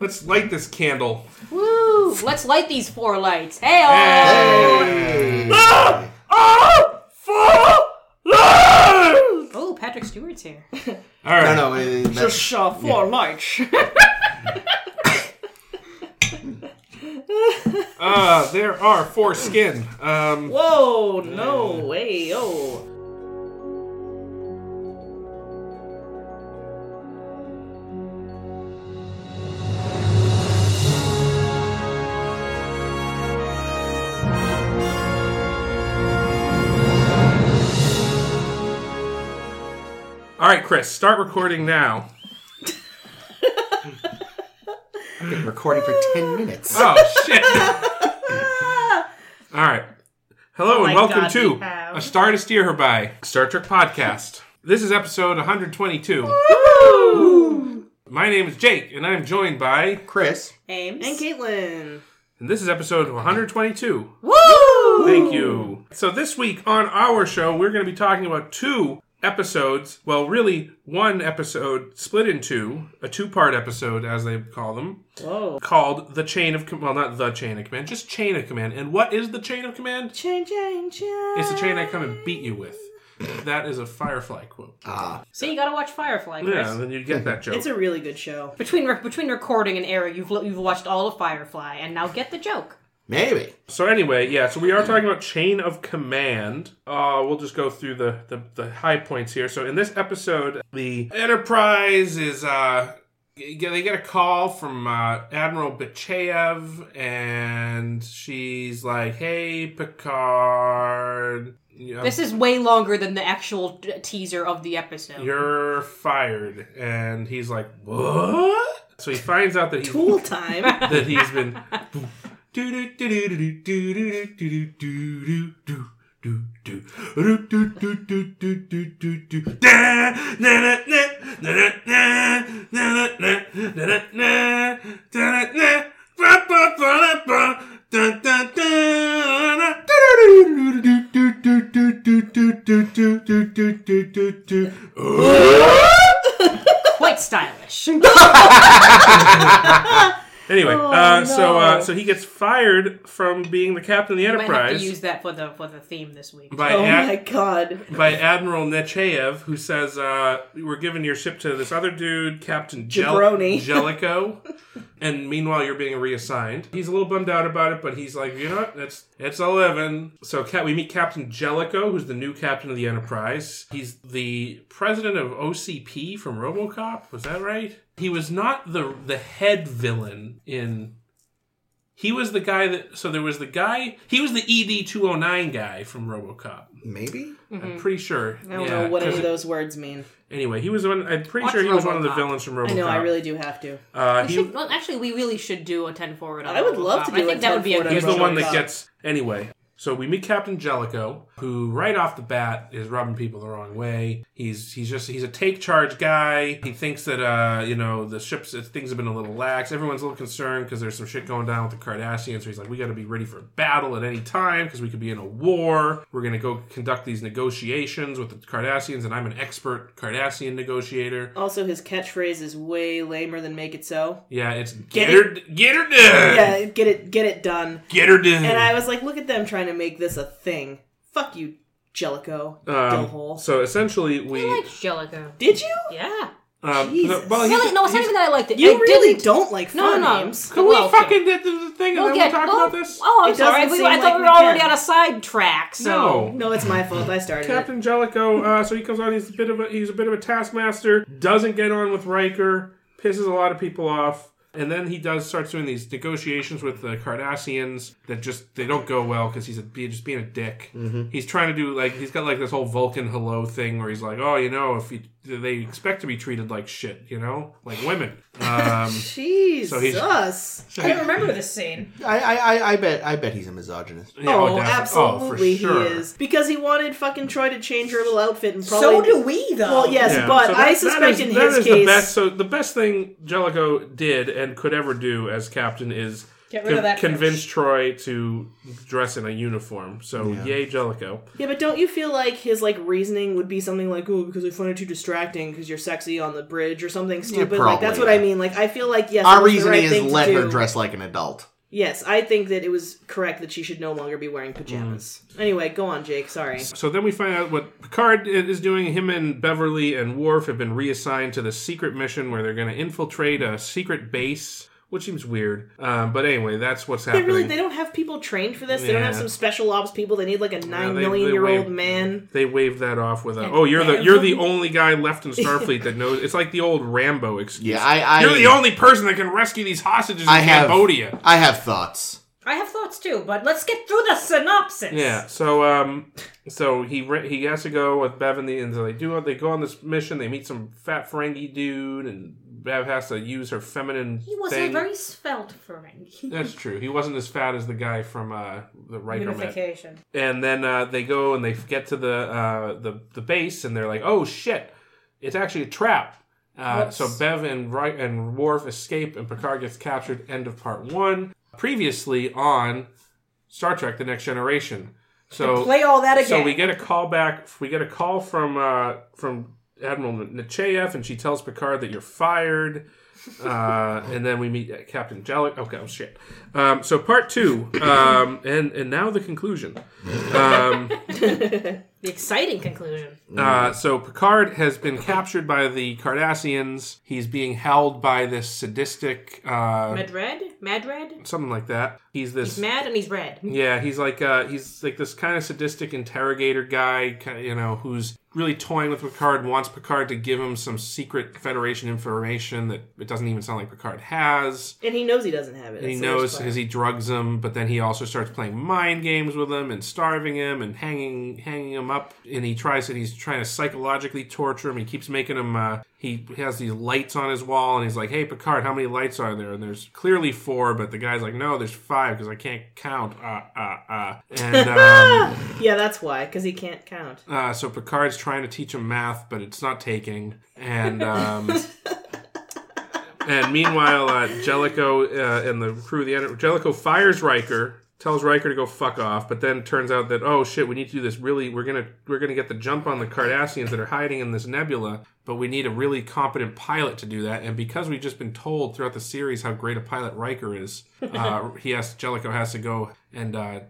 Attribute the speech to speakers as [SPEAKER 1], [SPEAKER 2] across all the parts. [SPEAKER 1] Let's light this candle.
[SPEAKER 2] Woo! Let's light these four lights. Hey!
[SPEAKER 1] Hey!
[SPEAKER 3] Hey.
[SPEAKER 1] Ah! Four lights!
[SPEAKER 2] Oh, Patrick Stewart's here.
[SPEAKER 1] All right.
[SPEAKER 3] No, no, it- that's,
[SPEAKER 2] uh, four lights.
[SPEAKER 1] Uh, there are four skin. Um,
[SPEAKER 2] Whoa! No way! Oh.
[SPEAKER 1] all right, Chris, start recording now.
[SPEAKER 3] been recording for ten minutes.
[SPEAKER 1] Oh shit! All right. Hello and
[SPEAKER 2] Oh my
[SPEAKER 1] welcome
[SPEAKER 2] God,
[SPEAKER 1] to
[SPEAKER 2] we have-
[SPEAKER 1] A Star to Steer Her By Star Trek podcast. This is episode 122. My name is Jake, and I'm joined by,
[SPEAKER 3] Chris,
[SPEAKER 2] Ames and Caitlin.
[SPEAKER 1] and this is episode 122.
[SPEAKER 2] Woo!
[SPEAKER 1] Thank you. So this week on our show, we're going to be talking about two episodes. Well, really, one episode split in two, a two-part episode, as they call them,
[SPEAKER 2] Whoa!
[SPEAKER 1] called "The Chain of Com- Well, not the Chain of Command, just Chain of Command. And what is the Chain of Command?
[SPEAKER 2] Chain, chain, chain.
[SPEAKER 1] It's the chain I come and beat you with. That is a Firefly quote.
[SPEAKER 2] So you gotta watch Firefly, Chris.
[SPEAKER 1] Yeah, then you get that joke.
[SPEAKER 4] It's a really good show.
[SPEAKER 2] Between re- between recording and airing, you've lo- you've watched all of Firefly, and now get the joke.
[SPEAKER 3] maybe.
[SPEAKER 1] So anyway, yeah, so we are talking about chain of command. Uh, we'll just go through the, the the high points here. So in this episode, the Enterprise is uh g- they get a call from uh, Admiral Bicheyev, and she's like, "Hey, Picard, you know,
[SPEAKER 2] This is way longer than the actual t- teaser of the episode.
[SPEAKER 1] you're fired," and he's like, "What?" So he finds out that he's
[SPEAKER 4] Tool time.
[SPEAKER 1] that he's been.
[SPEAKER 2] Quite stylish.
[SPEAKER 1] Anyway,
[SPEAKER 2] Oh,
[SPEAKER 1] uh, so uh, so he gets fired from being the captain of the
[SPEAKER 2] Might have to
[SPEAKER 1] Enterprise
[SPEAKER 2] use that for the for the theme this week.
[SPEAKER 1] by
[SPEAKER 4] oh
[SPEAKER 1] Ad-
[SPEAKER 4] my god.
[SPEAKER 1] by Admiral Nechayev, who says, uh, "We're giving your ship to this other dude, Captain Jel-
[SPEAKER 4] Jabroni.
[SPEAKER 1] Jellicoe." And meanwhile, you're being reassigned. He's a little bummed out about it, but he's like, you know what? It's it's eleven. So Cap- we meet Captain Jellicoe, who's the new captain of the Enterprise. He's the president of OCP from RoboCop. Was that right? He was not the the head villain in. He was the guy that. So there was the guy. He was the ED two hundred nine guy from RoboCop.
[SPEAKER 3] Maybe?
[SPEAKER 2] Mm-hmm.
[SPEAKER 1] I'm pretty sure.
[SPEAKER 4] I don't know what any of those words mean.
[SPEAKER 1] Anyway, he was one. I'm pretty
[SPEAKER 2] Watch
[SPEAKER 1] sure he was one of the
[SPEAKER 2] RoboCop.
[SPEAKER 1] villains from RoboCop.
[SPEAKER 4] I know, I really do have to.
[SPEAKER 1] Uh,
[SPEAKER 2] We
[SPEAKER 1] he,
[SPEAKER 2] should, well, actually, we really should do a ten forward. On
[SPEAKER 4] I would love to
[SPEAKER 2] Robocop.
[SPEAKER 4] do
[SPEAKER 2] I think
[SPEAKER 4] a
[SPEAKER 2] that
[SPEAKER 4] 10
[SPEAKER 2] would be a
[SPEAKER 4] forward
[SPEAKER 2] good
[SPEAKER 1] he's the
[SPEAKER 4] on
[SPEAKER 1] one
[SPEAKER 2] choice.
[SPEAKER 1] that
[SPEAKER 4] RoboCop.
[SPEAKER 1] gets anyway. So we meet Captain Jellicoe, who right off the bat is rubbing people the wrong way. He's he's just he's a take charge guy. He thinks that uh you know the ships that things have been a little lax. Everyone's a little concerned because there's some shit going down with the Kardashians. So he's like, we got to be ready for battle at any time because we could be in a war. We're gonna go conduct these negotiations with the Kardashians, and I'm an expert Kardashian negotiator.
[SPEAKER 4] Also, his catchphrase is way lamer than "Make It So."
[SPEAKER 1] Yeah, it's get, her, get her done.
[SPEAKER 4] Yeah, get it, get it done.
[SPEAKER 1] Get her done.
[SPEAKER 4] And I was like, look at them trying to make this a thing. Fuck you, Jellicoe,
[SPEAKER 1] um,
[SPEAKER 4] Dillhole.
[SPEAKER 1] so essentially, we.
[SPEAKER 2] I liked Jellicoe.
[SPEAKER 4] Did you?
[SPEAKER 2] Yeah.
[SPEAKER 1] um,
[SPEAKER 4] Jesus.
[SPEAKER 1] well, he's-
[SPEAKER 2] Really? No, it's not even that I liked it.
[SPEAKER 4] You
[SPEAKER 2] I
[SPEAKER 4] really
[SPEAKER 2] didn't.
[SPEAKER 4] don't like
[SPEAKER 2] No,
[SPEAKER 4] fun
[SPEAKER 2] no, no.
[SPEAKER 4] names.
[SPEAKER 1] Can we
[SPEAKER 2] Well,
[SPEAKER 1] fucking did the thing and
[SPEAKER 2] We'll
[SPEAKER 1] then
[SPEAKER 2] get-
[SPEAKER 1] we talk
[SPEAKER 2] well,
[SPEAKER 1] about this?
[SPEAKER 2] Oh, I'm
[SPEAKER 4] It
[SPEAKER 2] sorry.
[SPEAKER 4] doesn't
[SPEAKER 2] We,
[SPEAKER 4] seem
[SPEAKER 2] I
[SPEAKER 4] like
[SPEAKER 2] thought we
[SPEAKER 4] we
[SPEAKER 2] were already
[SPEAKER 4] can.
[SPEAKER 2] on a sidetrack. So.
[SPEAKER 1] no.
[SPEAKER 4] No, it's my fault. I started it.
[SPEAKER 1] Captain Jellicoe. Uh, so he comes on. He's a bit of a he's a bit of a taskmaster. Doesn't get on with Riker. Pisses a lot of people off. And then he does starts doing these negotiations with the Cardassians that just they don't go well because he's a, be- just being a dick.
[SPEAKER 4] Mm-hmm.
[SPEAKER 1] He's trying to do like he's got like this whole Vulcan hello thing where he's like, oh, you know, if you, they expect to be treated like shit, you know, like women. Um,
[SPEAKER 4] Jesus.
[SPEAKER 1] So he's-
[SPEAKER 2] I don't remember this scene.
[SPEAKER 3] I, I, I, I bet I bet he's a misogynist.
[SPEAKER 1] yeah,
[SPEAKER 4] oh,
[SPEAKER 1] definitely.
[SPEAKER 4] absolutely, he is because he wanted fucking Troy to change her little outfit and probably.
[SPEAKER 2] So do we, though.
[SPEAKER 4] Well, yes,
[SPEAKER 1] Yeah,
[SPEAKER 4] but
[SPEAKER 1] so that-
[SPEAKER 4] I
[SPEAKER 1] that
[SPEAKER 4] suspect
[SPEAKER 1] is-
[SPEAKER 4] in
[SPEAKER 1] that
[SPEAKER 4] his
[SPEAKER 1] is
[SPEAKER 4] case,
[SPEAKER 1] the best. So the best thing Jellicoe did and could ever do as captain is
[SPEAKER 5] Get rid of that.
[SPEAKER 1] convince Troy to dress in a uniform. So
[SPEAKER 3] Yeah.
[SPEAKER 1] yay, Jellicoe.
[SPEAKER 4] Yeah, but don't you feel like his like reasoning would be something like, "Oh, because I find it too distracting because you're sexy on the bridge or something stupid"? like
[SPEAKER 3] probably,
[SPEAKER 4] that's what
[SPEAKER 3] yeah.
[SPEAKER 4] I mean. Like I feel like yes, it
[SPEAKER 3] Our
[SPEAKER 4] was the
[SPEAKER 3] reasoning
[SPEAKER 4] right
[SPEAKER 3] is
[SPEAKER 4] thing to
[SPEAKER 3] let her
[SPEAKER 4] do.
[SPEAKER 3] dress like an adult.
[SPEAKER 4] Yes, I think that it was correct that she should no longer be
[SPEAKER 1] Mm.
[SPEAKER 4] wearing pajamas. Anyway, go on, Jake. Sorry.
[SPEAKER 1] So then we find out what Picard is doing. Him and Beverly and Worf have been reassigned to the secret mission where they're going to infiltrate a secret base, which seems weird. Um, but anyway, that's what's
[SPEAKER 4] They
[SPEAKER 1] happening.
[SPEAKER 4] really they don't have people trained for this. They don't have
[SPEAKER 1] Yeah.
[SPEAKER 4] some special ops people. They need like a nine
[SPEAKER 1] they-
[SPEAKER 4] million
[SPEAKER 1] they
[SPEAKER 4] year
[SPEAKER 1] wave-
[SPEAKER 4] old man.
[SPEAKER 1] They waved that off with a, "Oh, you're the you're the only guy left in Starfleet that knows." It's like the old Rambo excuse.
[SPEAKER 3] Yeah, I. I
[SPEAKER 1] you're the only person that can rescue these hostages in
[SPEAKER 3] I have.
[SPEAKER 1] Cambodia.
[SPEAKER 3] I have thoughts.
[SPEAKER 5] I have thoughts too, but let's get through the synopsis.
[SPEAKER 1] Yeah. So um, so he re- he has to go with Bev and the and so they do they go on this mission. They meet some fat Ferengi dude, and Bev has to use her feminine.
[SPEAKER 5] He was
[SPEAKER 1] thing.
[SPEAKER 5] a very svelte Ferengi.
[SPEAKER 1] That's true. He wasn't as fat as the guy from uh, the Riker Met.
[SPEAKER 5] Unification.
[SPEAKER 1] And then uh, they go and they get to the uh, the the base, and they're like, "Oh shit, it's actually a trap." Uh,
[SPEAKER 5] Whoops.
[SPEAKER 1] so Bev and Ry- and Worf escape, and Picard gets captured. End of part one. Previously on Star Trek: The Next Generation. So
[SPEAKER 5] Play all that again.
[SPEAKER 1] so we get a call back. We get a call from uh, from Admiral Nechayev, and she tells Picard that you're fired. Uh, and then we meet Captain Jellic. Okay, oh shit. Um, so part two, um, and and now the conclusion. Um,
[SPEAKER 5] the exciting conclusion.
[SPEAKER 1] uh, so Picard has been captured by the Cardassians. He's being held by this sadistic, uh,
[SPEAKER 5] Mad red? Mad red?
[SPEAKER 1] something like that. He's this.
[SPEAKER 5] He's mad and he's red.
[SPEAKER 1] Yeah, he's like uh, he's like this kind of sadistic interrogator guy, kind you know, who's really toying with Picard. Wants Picard to give him some secret Federation information that it doesn't even sound like Picard has.
[SPEAKER 4] And he knows he doesn't have it.
[SPEAKER 1] He
[SPEAKER 4] That's the
[SPEAKER 1] knows
[SPEAKER 4] worst part.
[SPEAKER 1] because he drugs him, but then he also starts playing mind games with him and starving him and hanging hanging him up. And he tries and he's trying to psychologically torture him. He keeps making him. Uh, he has these lights on his wall, and he's like, "Hey, Picard, how many lights are there?" And there's clearly four, but the guy's like, "No, there's five because I can't count." Uh, uh, uh. And um,
[SPEAKER 4] Yeah, that's why because he can't count.
[SPEAKER 1] uh, so Picard's trying to teach him math, but it's not taking. And um, and meanwhile, uh, Jellicoe uh, and the crew, of the Enter- Jellicoe fires Riker, tells Riker to go fuck off, but then turns out that oh shit, we need to do this. Really, we're gonna we're gonna get the jump on the Cardassians that are hiding in this nebula, but we need a really competent pilot to do that. And because we've just been told throughout the series how great a pilot Riker is, uh, he has Jellicoe has to go and. Uh,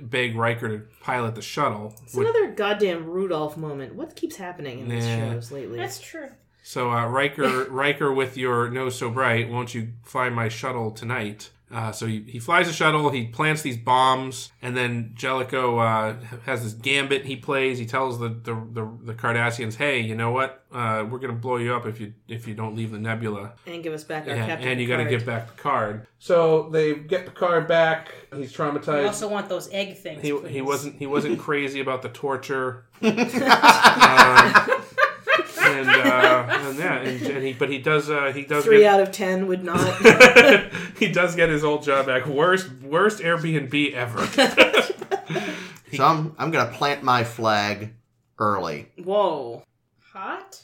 [SPEAKER 1] Beg Riker to pilot the shuttle.
[SPEAKER 4] It's
[SPEAKER 1] which-
[SPEAKER 4] another goddamn Rudolph moment. What keeps happening in these
[SPEAKER 1] Yeah.
[SPEAKER 4] shows lately?
[SPEAKER 5] true.
[SPEAKER 1] So uh, Riker, Riker, with your nose so bright, won't you fly my shuttle tonight? Uh, so he, he flies a shuttle. He plants these bombs, and then Jellicoe uh, has this gambit he plays. He tells the the, the, the Cardassians, "Hey, you know what? Uh, we're gonna blow you up if you if you don't leave the nebula."
[SPEAKER 4] and give us back our
[SPEAKER 1] Yeah,
[SPEAKER 4] captain.
[SPEAKER 1] and you got to
[SPEAKER 4] Picard.
[SPEAKER 1] get back Picard. So they get Picard back. He's
[SPEAKER 5] We
[SPEAKER 1] traumatized.
[SPEAKER 5] also want those egg things.
[SPEAKER 1] He,
[SPEAKER 5] please.
[SPEAKER 1] he wasn't he wasn't crazy about the torture. um, and uh, and yeah, and, and he but he does uh, he does
[SPEAKER 4] three
[SPEAKER 1] get,
[SPEAKER 4] out of ten would not.
[SPEAKER 1] he does get his old job back. Worst worst Airbnb ever.
[SPEAKER 3] So I'm, I'm gonna plant my flag early.
[SPEAKER 4] Whoa.
[SPEAKER 5] hot.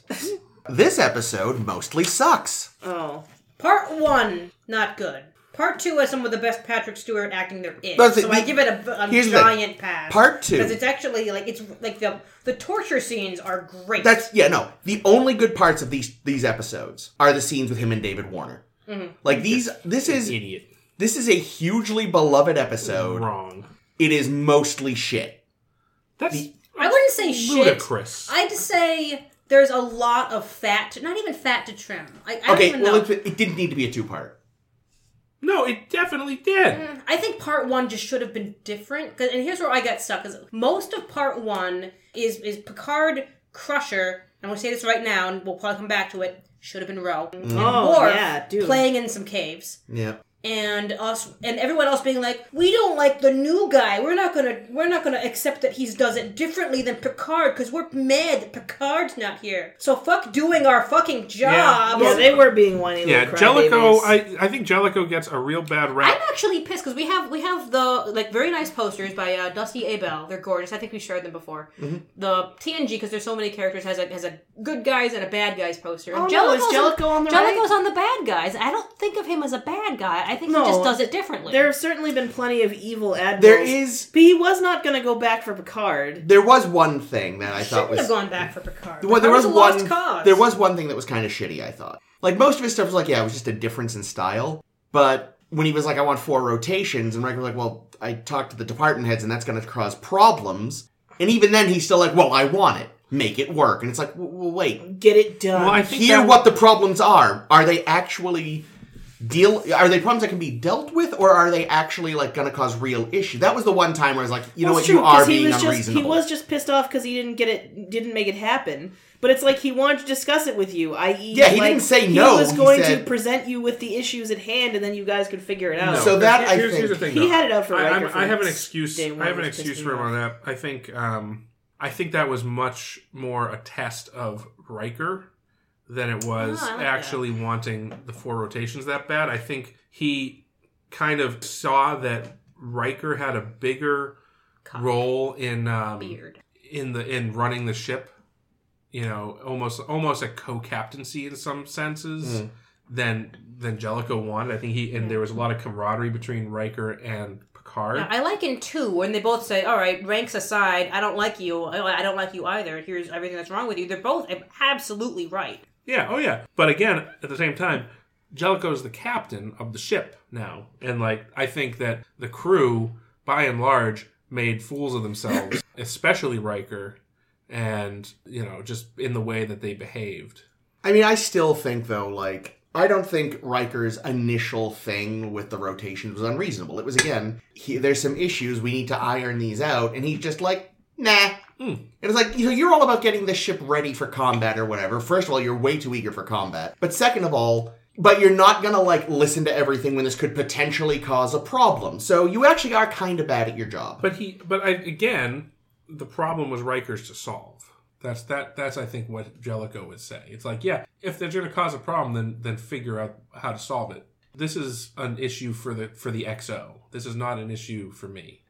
[SPEAKER 3] This episode mostly sucks.
[SPEAKER 4] Oh.
[SPEAKER 5] Part one, not good. Part two has some of the best Patrick Stewart acting there is,
[SPEAKER 3] That's it.
[SPEAKER 5] so I give it a, a
[SPEAKER 3] Here's the thing.
[SPEAKER 5] giant pass.
[SPEAKER 3] Part two.
[SPEAKER 5] because it's actually like it's like the the torture scenes are great.
[SPEAKER 3] That's yeah, no. The only good parts of these these episodes are the scenes with him and David Warner.
[SPEAKER 4] Mm-hmm.
[SPEAKER 3] Like these, this is
[SPEAKER 1] Idiot.
[SPEAKER 3] this is a hugely beloved episode.
[SPEAKER 1] Wrong.
[SPEAKER 3] It is mostly shit.
[SPEAKER 1] That's
[SPEAKER 5] I wouldn't say shit.
[SPEAKER 1] ludicrous.
[SPEAKER 5] I'd say there's a lot of fat, not even fat to trim. I, I
[SPEAKER 3] Okay,
[SPEAKER 5] don't even
[SPEAKER 3] well,
[SPEAKER 5] know.
[SPEAKER 3] it, it didn't need to be a two part.
[SPEAKER 1] No, it definitely did.
[SPEAKER 5] I think part one just should have been different. 'cause- and here's where I got stuck: is most of part one is is Picard Crusher. I'm gonna say this right now, and we'll probably come back to it. Should have been Roe.
[SPEAKER 4] Oh,
[SPEAKER 5] Worf
[SPEAKER 4] yeah, dude.
[SPEAKER 5] playing in some caves.
[SPEAKER 3] Yeah.
[SPEAKER 5] and us and everyone else being like, we don't like the new guy. We're not gonna we're not gonna accept that he does it differently than Picard because we're mad that Picard's not here. So fuck doing our fucking job.
[SPEAKER 4] Yeah, they were being whiny little
[SPEAKER 1] Yeah,
[SPEAKER 4] crybabies.
[SPEAKER 1] Jellicoe. I I think Jellicoe gets a real bad
[SPEAKER 5] I'm
[SPEAKER 1] rap.
[SPEAKER 5] actually pissed because we have we have the like very nice posters by uh, Dusty Abel. They're gorgeous. I think we shared them before. The TNG because there's so many characters has a has a good guys and a bad guys poster.
[SPEAKER 4] Oh,
[SPEAKER 5] And
[SPEAKER 4] no, is
[SPEAKER 5] Jellicoe's
[SPEAKER 4] Jellicoe on the
[SPEAKER 5] Jellicoe's
[SPEAKER 4] right?
[SPEAKER 5] on the bad guys. I don't think of him as a bad guy. I I think
[SPEAKER 4] No.
[SPEAKER 5] he just does it differently.
[SPEAKER 4] There have certainly been plenty of evil admirals.
[SPEAKER 3] There is
[SPEAKER 4] But he was not going to go back for Picard.
[SPEAKER 3] there was one thing that I thought
[SPEAKER 5] shouldn't
[SPEAKER 3] was
[SPEAKER 5] have gone back for Picard.
[SPEAKER 3] well, there
[SPEAKER 5] Picard
[SPEAKER 3] was
[SPEAKER 5] a
[SPEAKER 3] one
[SPEAKER 5] lost cause.
[SPEAKER 3] there was one thing that was kind of shitty. I thought like most of his stuff was like yeah, it was just a difference in style. But when he was like I want four rotations, and Riker was like well I talked to the department heads and that's going to cause problems. And even then he's still like well I want it, make it work, and it's like w- w- wait
[SPEAKER 4] Get it done.
[SPEAKER 1] Well, I think
[SPEAKER 3] hear
[SPEAKER 1] that-
[SPEAKER 3] what the problems are. Are they actually deal? Are they problems that can be dealt with, or are they actually like going to cause real issue? That was the one time where I was like, you know
[SPEAKER 4] Well,
[SPEAKER 3] what,
[SPEAKER 4] it's
[SPEAKER 3] you
[SPEAKER 4] true,
[SPEAKER 3] are
[SPEAKER 4] 'cause
[SPEAKER 3] being
[SPEAKER 4] he was just
[SPEAKER 3] unreasonable.
[SPEAKER 4] he was just pissed off because he didn't get it, didn't make it happen. But it's like he wanted to discuss it with you, i.e.,
[SPEAKER 3] Yeah, he
[SPEAKER 4] like,
[SPEAKER 3] didn't say
[SPEAKER 4] he
[SPEAKER 3] no,
[SPEAKER 4] was
[SPEAKER 3] he
[SPEAKER 4] going
[SPEAKER 3] said-
[SPEAKER 4] to present you with the issues at hand, and then you guys could figure it
[SPEAKER 1] No,
[SPEAKER 4] out.
[SPEAKER 3] So that,
[SPEAKER 1] here's,
[SPEAKER 3] I
[SPEAKER 1] here's
[SPEAKER 3] think-
[SPEAKER 1] the thing.
[SPEAKER 4] He
[SPEAKER 1] though.
[SPEAKER 4] had it out for
[SPEAKER 1] I,
[SPEAKER 4] Riker
[SPEAKER 1] I'm-
[SPEAKER 4] from
[SPEAKER 1] I have an
[SPEAKER 4] s-
[SPEAKER 1] excuse.
[SPEAKER 4] day one,
[SPEAKER 1] I have an
[SPEAKER 4] it was
[SPEAKER 1] excuse
[SPEAKER 4] pissing
[SPEAKER 1] for him
[SPEAKER 4] me
[SPEAKER 1] on that. I think. Um, I think that was much more a test of Riker than it was
[SPEAKER 5] Oh, I like that.
[SPEAKER 1] actually wanting the four rotations that bad. I think he kind of saw that Riker had a bigger
[SPEAKER 5] Cock.
[SPEAKER 1] role in um,
[SPEAKER 5] Beard.
[SPEAKER 1] in the in running the ship you know almost almost a co-captaincy in some senses than than Jellicoe wanted i think he and there was a lot of camaraderie between Riker and Picard
[SPEAKER 5] I like in two when they both say, "All right, ranks aside, I don't like you. I I don't like you either. and Here's everything that's wrong with you." They're both absolutely right.
[SPEAKER 1] yeah oh yeah but again at the same time Jellicoe is the captain of the ship now and like i think that the crew by and large made fools of themselves especially Riker and you know just in the way that they behaved
[SPEAKER 3] I mean, I still think though, like I don't think Riker's initial thing with the rotation was unreasonable. It was again, he, there's some issues we need to iron these out, and he's just like, nah.
[SPEAKER 1] Hmm.
[SPEAKER 3] It was like, you know, you're all about getting this ship ready for combat or whatever. First of all, you're way too eager for combat. But second of all, but you're not gonna like listen to everything when this could potentially cause a problem. So you actually are kind of bad at your job.
[SPEAKER 1] But he, but I, again, the problem was Riker's to solve. That's that. That's I think what Jellicoe would say. It's like, yeah, if they're going to cause a problem, then then figure out how to solve it. This is an issue for the for the XO. This is not an issue for me.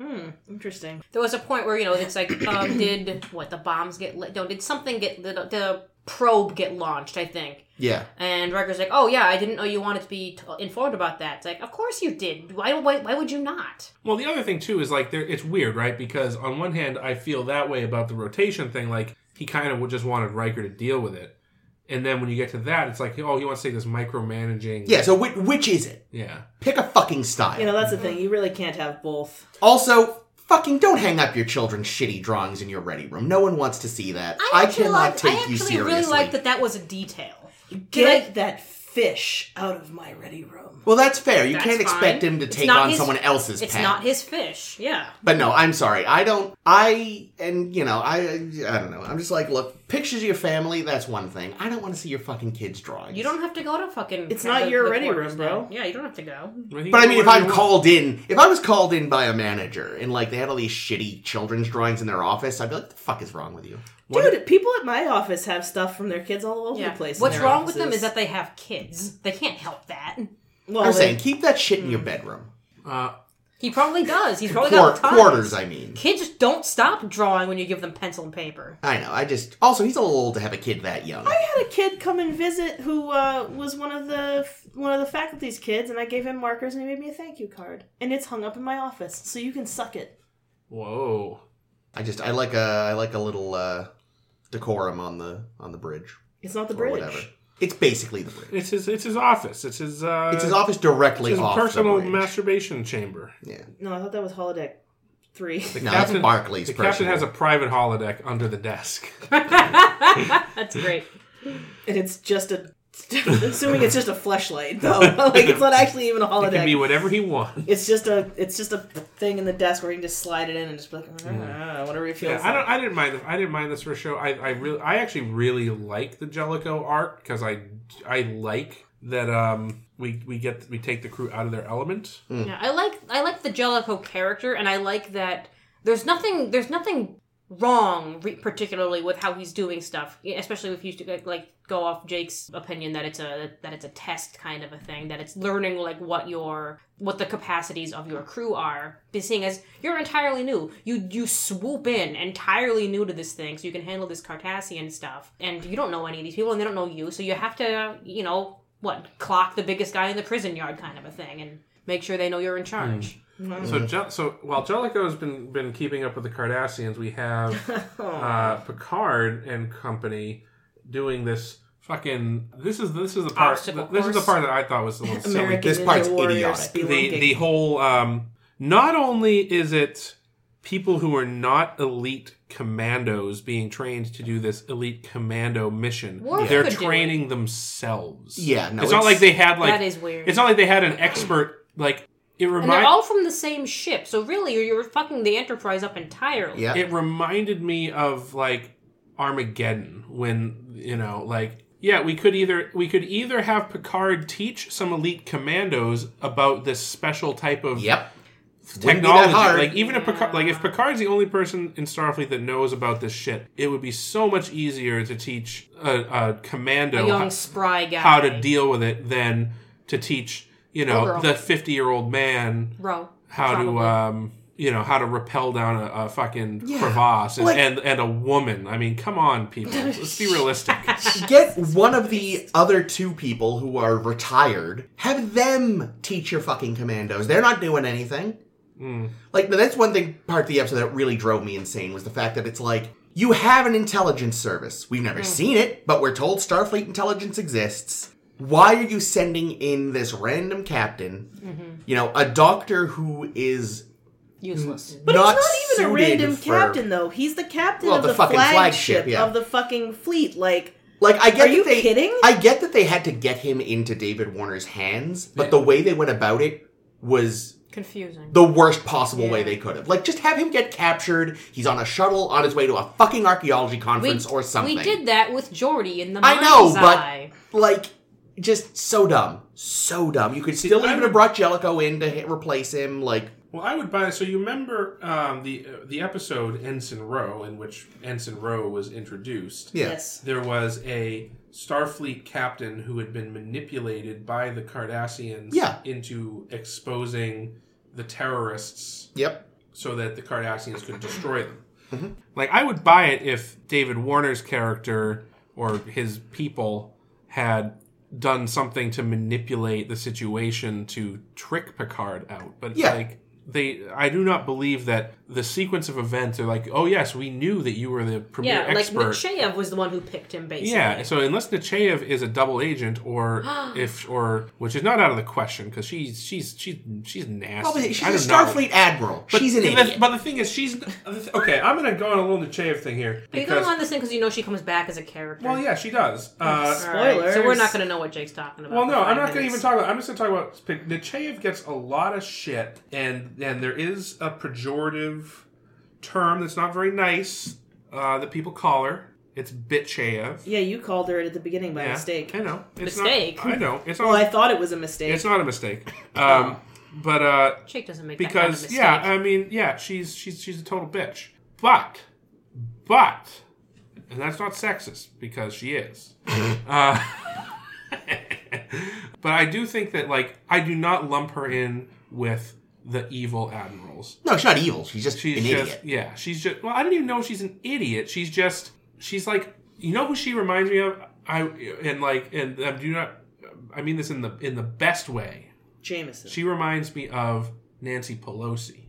[SPEAKER 4] Hmm, interesting.
[SPEAKER 5] There was a point where you know it's like, um, did what the bombs get? Lit? No, did something get the, the probe get launched? I think.
[SPEAKER 3] yeah.
[SPEAKER 5] And Riker's like, "Oh yeah, I didn't know you wanted to be t- informed about that." It's like, "Of course you did. Why? Why, why would you not?"
[SPEAKER 1] Well, the other thing too is like there. It's weird, right? Because on one hand, I feel that way about the rotation thing. Like he kind of just wanted Riker to deal with it, and then when you get to that, it's like, oh, he wants to take this micromanaging.
[SPEAKER 3] Yeah, so which, which is it?
[SPEAKER 1] Yeah.
[SPEAKER 3] Pick a fucking style.
[SPEAKER 4] You know, that's the thing. You really can't have both.
[SPEAKER 3] Also, fucking don't hang up your children's shitty drawings in your ready room. No one wants to see that. I,
[SPEAKER 5] actually
[SPEAKER 3] cannot
[SPEAKER 5] liked-
[SPEAKER 3] take
[SPEAKER 5] I actually
[SPEAKER 3] you seriously.
[SPEAKER 5] really like that. That was a detail.
[SPEAKER 4] Get
[SPEAKER 5] Like-
[SPEAKER 4] that fish out of my ready room.
[SPEAKER 3] Well, that's fair. You
[SPEAKER 5] That's
[SPEAKER 3] can't expect
[SPEAKER 5] fine.
[SPEAKER 3] him to
[SPEAKER 5] It's
[SPEAKER 3] take
[SPEAKER 5] not
[SPEAKER 3] on
[SPEAKER 5] his-
[SPEAKER 3] someone else's
[SPEAKER 5] It's
[SPEAKER 3] pen.
[SPEAKER 5] not his fish. Yeah.
[SPEAKER 3] But no, I'm sorry. I don't. I and you know, I I don't know. I'm just like, look, pictures of your family. That's one thing. I don't want to see your fucking kids' drawings.
[SPEAKER 5] You don't have to go to fucking.
[SPEAKER 4] It's not
[SPEAKER 5] the-
[SPEAKER 4] your
[SPEAKER 5] the
[SPEAKER 4] ready
[SPEAKER 5] quarters
[SPEAKER 4] room, bro.
[SPEAKER 5] now. Yeah, you don't have to go.
[SPEAKER 3] But I mean, if I'm called in, if I was called in by a manager and like they had all these shitty children's drawings in their office, I'd be like, the fuck is wrong with you?
[SPEAKER 1] What-
[SPEAKER 4] Dude, people at my office have stuff from their kids all over
[SPEAKER 5] Yeah.
[SPEAKER 4] the place. in
[SPEAKER 5] What's
[SPEAKER 4] their
[SPEAKER 5] wrong with them
[SPEAKER 4] offices.
[SPEAKER 5] is that they have kids. They can't help that.
[SPEAKER 4] well,
[SPEAKER 3] I'm
[SPEAKER 4] they-
[SPEAKER 3] saying, keep that shit in your bedroom.
[SPEAKER 1] Uh,
[SPEAKER 5] He probably does. He's probably
[SPEAKER 3] Quar-
[SPEAKER 5] got tons.
[SPEAKER 3] quarters, I mean.
[SPEAKER 5] Kids don't stop drawing when you give them pencil and paper.
[SPEAKER 3] I know. I just also he's a little old to have a kid that young.
[SPEAKER 4] I had a kid come and visit who uh, was one of the one of the faculty's kids, and I gave him markers and he made me a thank you card, and it's hung up in my office, so you can suck it.
[SPEAKER 1] whoa.
[SPEAKER 3] I just I like a I like a little uh, decorum on the on the bridge
[SPEAKER 4] It's not the
[SPEAKER 3] or
[SPEAKER 4] bridge.
[SPEAKER 3] whatever. It's basically the bridge.
[SPEAKER 1] It's his. It's his office. It's his. Uh,
[SPEAKER 3] It's his office directly
[SPEAKER 1] his
[SPEAKER 3] off
[SPEAKER 1] personal
[SPEAKER 3] the bridge.
[SPEAKER 1] masturbation chamber.
[SPEAKER 3] yeah,
[SPEAKER 4] No, I thought that was holodeck three.
[SPEAKER 1] The
[SPEAKER 3] no, that's Barclays.
[SPEAKER 1] The
[SPEAKER 3] personal.
[SPEAKER 1] captain has a private holodeck under the desk.
[SPEAKER 5] That's great.
[SPEAKER 4] and it's just a. assuming it's just a fleshlight though, like it's not actually even a
[SPEAKER 1] It can be
[SPEAKER 4] holodeck.
[SPEAKER 1] whatever he wants.
[SPEAKER 4] It's just a it's just a thing in the desk where you can just slide it in and just be like, ah,
[SPEAKER 3] Mm-hmm.
[SPEAKER 4] whatever it feels.
[SPEAKER 1] Yeah,
[SPEAKER 4] like.
[SPEAKER 1] I don't. I didn't mind. This, I didn't mind this for a show. I, I really. I actually really like the Jellicoe arc because I. I like that. Um, we we get we take the crew out of their element.
[SPEAKER 5] Yeah, I like I like the Jellicoe character, and I like that there's nothing there's nothing wrong re- particularly with how he's doing stuff, e, especially if you like go off Jake's opinion that it's a that it's a test kind of a thing, that it's learning like what your what the capacities of your crew are, be seeing as you're entirely new. You you swoop in entirely new to this thing, so you can handle this Cartassian stuff, and you don't know any of these people, and they don't know you, so you have to you know
[SPEAKER 2] what clock the biggest guy in the prison yard kind of a thing and make sure they know you're in charge.
[SPEAKER 1] So, Je- so while Jellicoe's been been keeping up with the Cardassians, we have
[SPEAKER 4] Oh.
[SPEAKER 1] uh, Picard and company doing this fucking. This is this is the part.
[SPEAKER 2] Obstacle
[SPEAKER 1] This is the
[SPEAKER 2] course.
[SPEAKER 1] part that I thought was the most silly.
[SPEAKER 4] American
[SPEAKER 3] this
[SPEAKER 4] Ninja
[SPEAKER 3] part's
[SPEAKER 4] Warrior
[SPEAKER 3] idiotic.
[SPEAKER 1] The
[SPEAKER 4] spelunking.
[SPEAKER 1] the whole. Um, not only is it people who are not elite commandos being trained to do this elite commando mission.
[SPEAKER 2] Worf
[SPEAKER 1] They're
[SPEAKER 2] could do it.
[SPEAKER 1] training themselves.
[SPEAKER 3] Yeah, no,
[SPEAKER 1] it's, not
[SPEAKER 3] it's-
[SPEAKER 1] like they had like
[SPEAKER 2] that is weird.
[SPEAKER 1] It's not like they had an expert like. It
[SPEAKER 2] and they're
[SPEAKER 1] reminds
[SPEAKER 2] all from the same ship, so really you're, you're fucking the Enterprise up entirely.
[SPEAKER 3] Yeah.
[SPEAKER 1] it reminded me of like Armageddon when you know like yeah we could either we could either have Picard teach some elite commandos about this special type of
[SPEAKER 3] Yep. Wouldn't be that
[SPEAKER 1] technology
[SPEAKER 3] hard.
[SPEAKER 1] like even if Picard like if Picard's the only person in Starfleet that knows about this shit it would be so much easier to teach a, a commando
[SPEAKER 2] A young
[SPEAKER 1] ho-
[SPEAKER 2] spry guy.
[SPEAKER 1] how to deal with it than to teach you know
[SPEAKER 2] girl.
[SPEAKER 1] the 50 year old man
[SPEAKER 2] Bro.
[SPEAKER 1] how
[SPEAKER 2] probably.
[SPEAKER 1] to um you know how to rappel down a, a fucking crevasse and,
[SPEAKER 3] Like-
[SPEAKER 1] and and a woman. I mean, come on, people. Let's be realistic.
[SPEAKER 3] Get one of the other two people who are retired. Have them teach your fucking commandos. They're not doing anything. Like that's one thing part of the episode that really drove me insane was the fact that it's like you have an intelligence service. We've never seen it, but we're told Starfleet intelligence exists. Why are you sending in this random captain? You know, a doctor who is
[SPEAKER 2] Useless.
[SPEAKER 4] But
[SPEAKER 3] not
[SPEAKER 4] it's not even a
[SPEAKER 3] suited
[SPEAKER 4] random
[SPEAKER 3] for-
[SPEAKER 4] captain, though. He's the captain
[SPEAKER 3] Well,
[SPEAKER 4] of
[SPEAKER 3] the
[SPEAKER 4] the,
[SPEAKER 3] fucking
[SPEAKER 4] flagship,
[SPEAKER 3] flagship, yeah.
[SPEAKER 4] of the fucking fleet. Like,
[SPEAKER 3] Like I get
[SPEAKER 4] Are
[SPEAKER 3] that
[SPEAKER 4] you
[SPEAKER 3] they,
[SPEAKER 4] kidding?
[SPEAKER 3] I get that they had to get him into David Warner's hands, but the way they went about it was
[SPEAKER 2] Confusing.
[SPEAKER 3] the worst possible way they could have. Like just have him get captured. He's on a shuttle on his way to a fucking archaeology
[SPEAKER 2] we,
[SPEAKER 3] conference or something.
[SPEAKER 2] we did that with Jordy in the
[SPEAKER 3] I know,
[SPEAKER 2] mind's
[SPEAKER 3] but-
[SPEAKER 2] eye.
[SPEAKER 3] like just so dumb, so dumb. You could still
[SPEAKER 1] I
[SPEAKER 3] even
[SPEAKER 1] would-
[SPEAKER 3] have brought Jellicoe in to hit, replace him. Like
[SPEAKER 1] well, I would buy. So you remember um, the uh, the episode Ensign Row, in which Ensign Row was introduced.
[SPEAKER 3] yeah,
[SPEAKER 4] yes.
[SPEAKER 1] There was a Starfleet captain who had been manipulated by the Cardassians
[SPEAKER 3] Yeah.
[SPEAKER 1] into exposing the terrorists
[SPEAKER 3] yep.
[SPEAKER 1] so that the Cardassians could destroy them.
[SPEAKER 3] Mm-hmm.
[SPEAKER 1] Like I would buy it if David Warner's character or his people had done something to manipulate the situation to trick Picard out. But
[SPEAKER 3] Yeah.
[SPEAKER 1] like they I do not believe that the sequence of events are like, "Oh yes, we knew that you were the premier
[SPEAKER 2] Yeah,
[SPEAKER 1] expert."
[SPEAKER 2] like Mikheyev was the one who picked him basically.
[SPEAKER 1] yeah, so unless Nechayev is a double agent, or if, or which is not out of the question because she's she's she's she's nasty.
[SPEAKER 3] Probably she's
[SPEAKER 1] I
[SPEAKER 3] a
[SPEAKER 1] don't know.
[SPEAKER 3] Starfleet admiral. she's an
[SPEAKER 1] the-
[SPEAKER 3] idiot.
[SPEAKER 1] But the thing is, she's okay. I'm gonna go on a little Nechayev thing here
[SPEAKER 2] Are you going
[SPEAKER 1] because
[SPEAKER 2] on this thing because you know she comes back as a character?
[SPEAKER 1] well, yeah, she does. Uh,
[SPEAKER 2] All right, so we're
[SPEAKER 4] Spoilers.
[SPEAKER 2] not going to know what Jake's talking about.
[SPEAKER 1] well, no,
[SPEAKER 2] for five
[SPEAKER 1] I'm not gonna
[SPEAKER 2] minutes.
[SPEAKER 1] even talk about. I'm just gonna talk about Pic- Nechayev gets a lot of shit, and and there is a pejorative term that's not very nice uh, that people call her. It's bitchayev.
[SPEAKER 4] Yeah, you called her it at the beginning by
[SPEAKER 1] Yeah,
[SPEAKER 4] mistake.
[SPEAKER 1] I know. It's
[SPEAKER 2] Mistake?
[SPEAKER 1] Not, I know. It's not.
[SPEAKER 4] Well, I thought it was a mistake.
[SPEAKER 1] it's not a mistake. Um, but uh,
[SPEAKER 2] Jake doesn't make that kind of
[SPEAKER 1] because
[SPEAKER 2] mistake.
[SPEAKER 1] yeah, uh, I mean, yeah, she's she's she's a total bitch. But but and that's not sexist because she is. uh, but I do think that like I do not lump her in with the evil admirals.
[SPEAKER 3] no, she's not evil. She's just
[SPEAKER 1] She's
[SPEAKER 3] an
[SPEAKER 1] just
[SPEAKER 3] idiot.
[SPEAKER 1] yeah, she's just well, I don't even know if she's an idiot. She's just she's like you know who she reminds me of? I and like and I do not I mean this in the in the best way.
[SPEAKER 4] Jameson.
[SPEAKER 1] She reminds me of Nancy Pelosi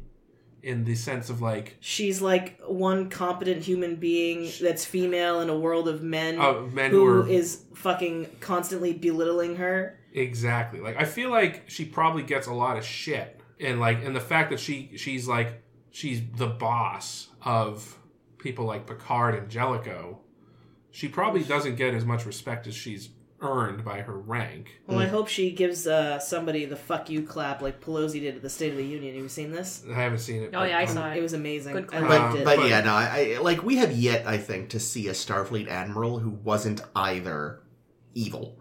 [SPEAKER 1] in the sense of like
[SPEAKER 4] She's like one competent human being that's female in a world of men,
[SPEAKER 3] Oh,
[SPEAKER 1] Of men who
[SPEAKER 4] who
[SPEAKER 1] are-
[SPEAKER 4] is fucking constantly belittling her.
[SPEAKER 1] exactly like I feel like she probably gets a lot of shit and like and the fact that she she's like she's the boss of people like Picard and Jellicoe, she probably doesn't get as much respect as she's earned by her rank.
[SPEAKER 4] Well, I hope she gives uh, somebody the fuck you clap like Pelosi did at the State of the Union. Have you seen this?
[SPEAKER 1] I haven't seen it.
[SPEAKER 2] Oh yeah, I
[SPEAKER 1] but- um,
[SPEAKER 2] saw it.
[SPEAKER 4] It was amazing.
[SPEAKER 2] Good
[SPEAKER 4] I
[SPEAKER 2] clap.
[SPEAKER 3] But,
[SPEAKER 4] liked it.
[SPEAKER 3] but
[SPEAKER 1] but-
[SPEAKER 3] yeah, no, I, I like we have yet, I think, to see a Starfleet admiral who wasn't either evil,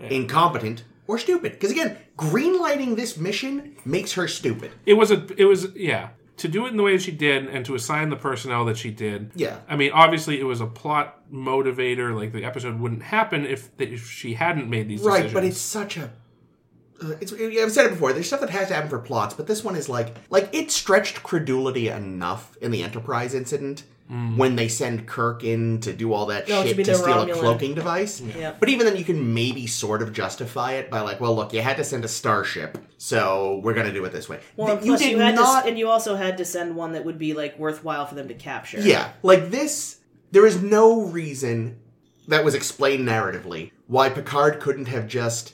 [SPEAKER 1] Yeah.
[SPEAKER 3] incompetent, or stupid. Because again, greenlighting this mission makes her stupid.
[SPEAKER 1] It was a it was yeah to do it in the way that she did and to assign the personnel that she did.
[SPEAKER 3] Yeah.
[SPEAKER 1] I mean, obviously, it was a plot motivator. Like the episode wouldn't happen if if she hadn't made these
[SPEAKER 3] Right,
[SPEAKER 1] decisions.
[SPEAKER 3] but it's such a. Uh, it's, I've said it before. There's stuff that has to happen for plots, but this one is like, like it stretched credulity enough in the Enterprise incident
[SPEAKER 1] Mm.
[SPEAKER 3] when they send Kirk in to do all that
[SPEAKER 4] No, it should
[SPEAKER 3] shit
[SPEAKER 4] Oh, be
[SPEAKER 3] to
[SPEAKER 4] the
[SPEAKER 3] steal a
[SPEAKER 4] Romulan.
[SPEAKER 3] cloaking device.
[SPEAKER 4] Yeah.
[SPEAKER 3] But even then, you can maybe sort of justify it by like, well, look, you had to send a starship, so we're gonna do it this way.
[SPEAKER 4] Well,
[SPEAKER 3] Th-
[SPEAKER 4] you plus you had to, s- and you also had to send one that would be like worthwhile for them to capture.
[SPEAKER 3] Yeah, like this, there is no reason that was explained narratively why Picard couldn't have just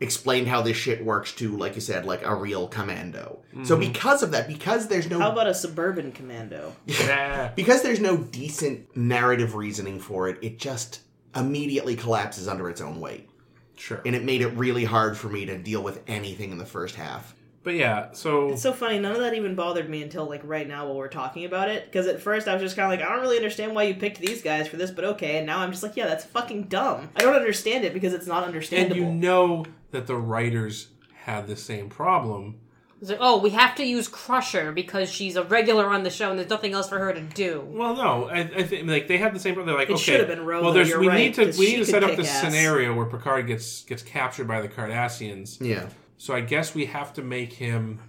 [SPEAKER 3] explained how this shit works to, like you said, like a real commando. So because of that, because there's no
[SPEAKER 4] How about a suburban commando?
[SPEAKER 1] Yeah.
[SPEAKER 3] because there's no decent narrative reasoning for it, it just immediately collapses under its own weight.
[SPEAKER 1] Sure.
[SPEAKER 3] And it made it really hard for me to deal with anything in the first half.
[SPEAKER 1] But yeah, so
[SPEAKER 4] It's so funny. None of that even bothered me until like right now while we're talking about it. Because at first I was just kind of like, I don't really understand why you picked these guys for this, but okay. And now I'm just like, yeah, that's fucking dumb. I don't understand it because it's not
[SPEAKER 1] and
[SPEAKER 4] understandable.
[SPEAKER 1] you know that the writers had the same problem.
[SPEAKER 2] It's like, oh, we have to use Crusher because she's a regular on the show and there's nothing else for her to do.
[SPEAKER 1] Well, no, I, I think like they had the same problem. They're like,
[SPEAKER 4] It
[SPEAKER 1] okay,
[SPEAKER 4] should have been Rolo,
[SPEAKER 1] Well, there's
[SPEAKER 4] you're
[SPEAKER 1] we
[SPEAKER 4] right,
[SPEAKER 1] need to
[SPEAKER 4] 'cause
[SPEAKER 1] we
[SPEAKER 4] she
[SPEAKER 1] need to
[SPEAKER 4] could
[SPEAKER 1] set up
[SPEAKER 4] kick
[SPEAKER 1] this
[SPEAKER 4] ass.
[SPEAKER 1] scenario where Picard gets gets captured by the Cardassians.
[SPEAKER 3] Yeah.
[SPEAKER 1] So I guess we have to make him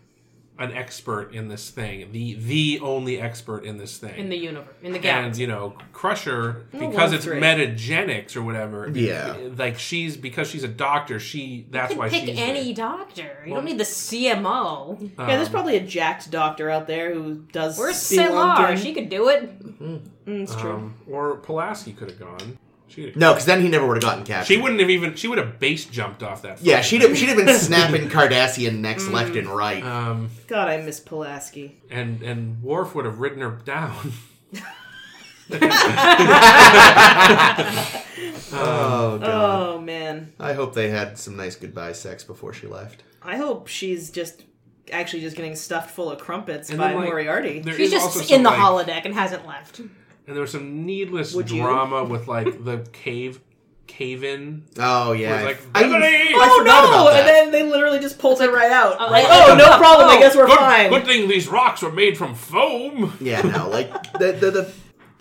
[SPEAKER 1] an expert in this thing, the the only expert in this thing
[SPEAKER 2] In the universe, in the
[SPEAKER 1] and
[SPEAKER 2] galaxy.
[SPEAKER 1] you know crusher because
[SPEAKER 4] one's
[SPEAKER 1] it's
[SPEAKER 4] great.
[SPEAKER 1] metagenics or whatever
[SPEAKER 3] Yeah.
[SPEAKER 1] like she's because she's a doctor she that's
[SPEAKER 2] You
[SPEAKER 1] why
[SPEAKER 2] can pick
[SPEAKER 1] she's
[SPEAKER 2] any doctor. You don't need the CMO.
[SPEAKER 1] there.
[SPEAKER 4] yeah,
[SPEAKER 1] Um,
[SPEAKER 4] there's probably a jacked doctor out there who does.
[SPEAKER 2] Where's
[SPEAKER 4] belong to
[SPEAKER 2] Salar?
[SPEAKER 4] him.
[SPEAKER 2] She could do it.
[SPEAKER 4] Mm, it's true.
[SPEAKER 1] um, or Pulaski could have gone she
[SPEAKER 3] No, because then he never would have gotten captured.
[SPEAKER 1] she wouldn't have even she would have base jumped off that
[SPEAKER 3] Yeah,
[SPEAKER 1] fucking
[SPEAKER 3] she'd
[SPEAKER 1] thing.
[SPEAKER 3] have, she'd have been snapping Cardassian necks left and right.
[SPEAKER 1] um
[SPEAKER 4] God, I miss Pulaski.
[SPEAKER 1] and and Worf would have ridden her down
[SPEAKER 3] oh, God.
[SPEAKER 4] Oh man,
[SPEAKER 3] I hope they had some nice goodbye sex before she left.
[SPEAKER 4] I hope she's just actually just getting stuffed full of crumpets
[SPEAKER 1] And
[SPEAKER 4] by
[SPEAKER 1] then, like,
[SPEAKER 4] Moriarty.
[SPEAKER 1] There
[SPEAKER 2] She's
[SPEAKER 1] is also
[SPEAKER 2] just
[SPEAKER 1] some,
[SPEAKER 2] in the
[SPEAKER 1] like-
[SPEAKER 2] holodeck and hasn't left.
[SPEAKER 1] and there was some needless
[SPEAKER 4] Would you?
[SPEAKER 1] drama with like the cave cave in
[SPEAKER 3] Oh, yeah. Oh,
[SPEAKER 1] was like
[SPEAKER 3] I,
[SPEAKER 1] "Beverly!"
[SPEAKER 3] I forgot about that.
[SPEAKER 4] Oh, and then they literally just pulled it right out.
[SPEAKER 2] oh,
[SPEAKER 4] like,
[SPEAKER 2] like,
[SPEAKER 4] oh,
[SPEAKER 2] oh,
[SPEAKER 4] no
[SPEAKER 2] oh,
[SPEAKER 4] problem. I
[SPEAKER 2] oh,
[SPEAKER 4] guess we're
[SPEAKER 1] good,
[SPEAKER 4] fine.
[SPEAKER 1] good thing these rocks were made from foam
[SPEAKER 3] yeah, no, like, the, the, the,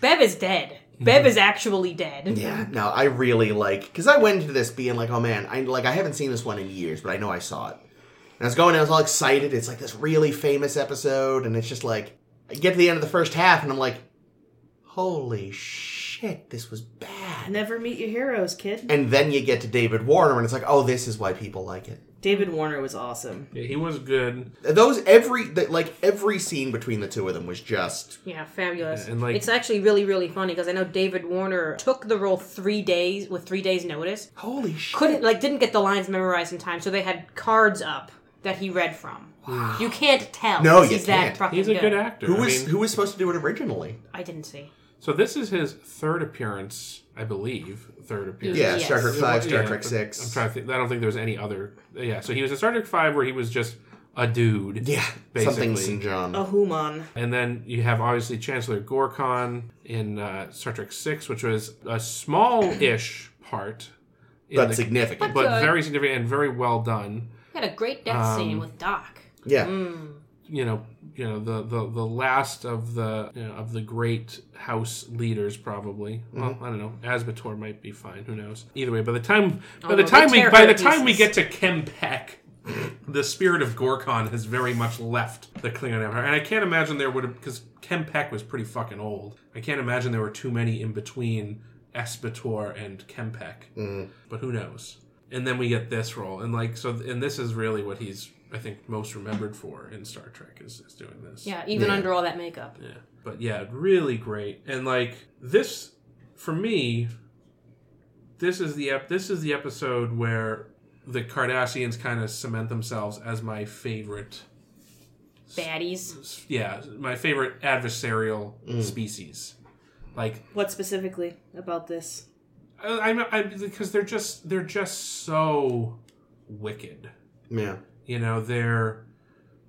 [SPEAKER 2] Bev is dead.
[SPEAKER 1] Mm-hmm.
[SPEAKER 2] Bev is actually dead.
[SPEAKER 3] Yeah, no, I really like because I went into this being like, oh man, I like I haven't seen this one in years, but I know I saw it. And I was going, I was all excited. It's like this really famous episode, and it's just like I get to the end of the first half, and I'm like, holy shit, this was bad.
[SPEAKER 4] Never meet your heroes, kid.
[SPEAKER 3] And then you get to David Warner, and it's like, oh, this is why people like it.
[SPEAKER 4] David Warner was awesome.
[SPEAKER 1] Yeah, he was good
[SPEAKER 3] Those every that like every scene between the two of them was just
[SPEAKER 2] Yeah, fabulous.
[SPEAKER 1] Yeah, and, like-
[SPEAKER 2] it's actually really, really funny because I know David Warner took the role three days with three days' notice.
[SPEAKER 3] holy shit.
[SPEAKER 2] Couldn't like didn't get the lines memorized in time, so they had cards up that he read from. You can't tell.
[SPEAKER 3] No,
[SPEAKER 2] 'cause
[SPEAKER 3] you
[SPEAKER 2] he's
[SPEAKER 3] can't.
[SPEAKER 2] That fucking
[SPEAKER 1] he's a
[SPEAKER 2] good.
[SPEAKER 1] good actor
[SPEAKER 3] Who
[SPEAKER 1] I
[SPEAKER 3] was
[SPEAKER 1] mean-
[SPEAKER 3] who was supposed to do it originally?
[SPEAKER 2] I didn't see.
[SPEAKER 1] So this is his third appearance, I believe. Third appearance.
[SPEAKER 3] Yeah,
[SPEAKER 2] Yes.
[SPEAKER 3] Star Trek Five, Star
[SPEAKER 1] Yeah,
[SPEAKER 3] Trek
[SPEAKER 1] but
[SPEAKER 3] Six.
[SPEAKER 1] I'm trying to think. I don't think there's any other. Yeah. So he was in Star Trek Five, where he was just a dude.
[SPEAKER 3] yeah,
[SPEAKER 1] Basically.
[SPEAKER 3] something St. John.
[SPEAKER 4] A Human.
[SPEAKER 1] And then you have obviously Chancellor Gorkon in uh, Star Trek Six, which was a small-ish part, in
[SPEAKER 3] but
[SPEAKER 1] the-
[SPEAKER 3] significant.
[SPEAKER 1] but
[SPEAKER 2] Good.
[SPEAKER 1] very significant and very well done.
[SPEAKER 2] He had a great death
[SPEAKER 1] Um,
[SPEAKER 2] scene with Doc.
[SPEAKER 3] Yeah.
[SPEAKER 1] You know, you know the the, the last of the you know, of the great house leaders, probably. Well, I don't know. Asbator might be fine. Who knows? Either way, by the time by
[SPEAKER 2] Although
[SPEAKER 1] the time
[SPEAKER 2] they
[SPEAKER 1] we
[SPEAKER 2] tear
[SPEAKER 1] by
[SPEAKER 2] her
[SPEAKER 1] the
[SPEAKER 2] to
[SPEAKER 1] time we
[SPEAKER 2] pieces.
[SPEAKER 1] get to Kempek, the spirit of Gorkon has very much left the Klingon Empire, and I can't imagine there would have because Kempek was pretty fucking old. I can't imagine there were too many in between Asbator and Kempek. But who knows? And then we get this role, and like so, and this is really what he's I think most remembered for in Star Trek is, is doing this.
[SPEAKER 2] Yeah, even under all that makeup.
[SPEAKER 1] Yeah. But yeah, really great. And like this for me this is the ep- this is the episode where the Cardassians kind of cement themselves as my favorite
[SPEAKER 2] Baddies.
[SPEAKER 1] yeah, my favorite adversarial species. Like
[SPEAKER 4] What specifically about this?
[SPEAKER 1] I, I'm I, because they're just they're just so wicked.
[SPEAKER 3] Yeah.
[SPEAKER 1] You know, they're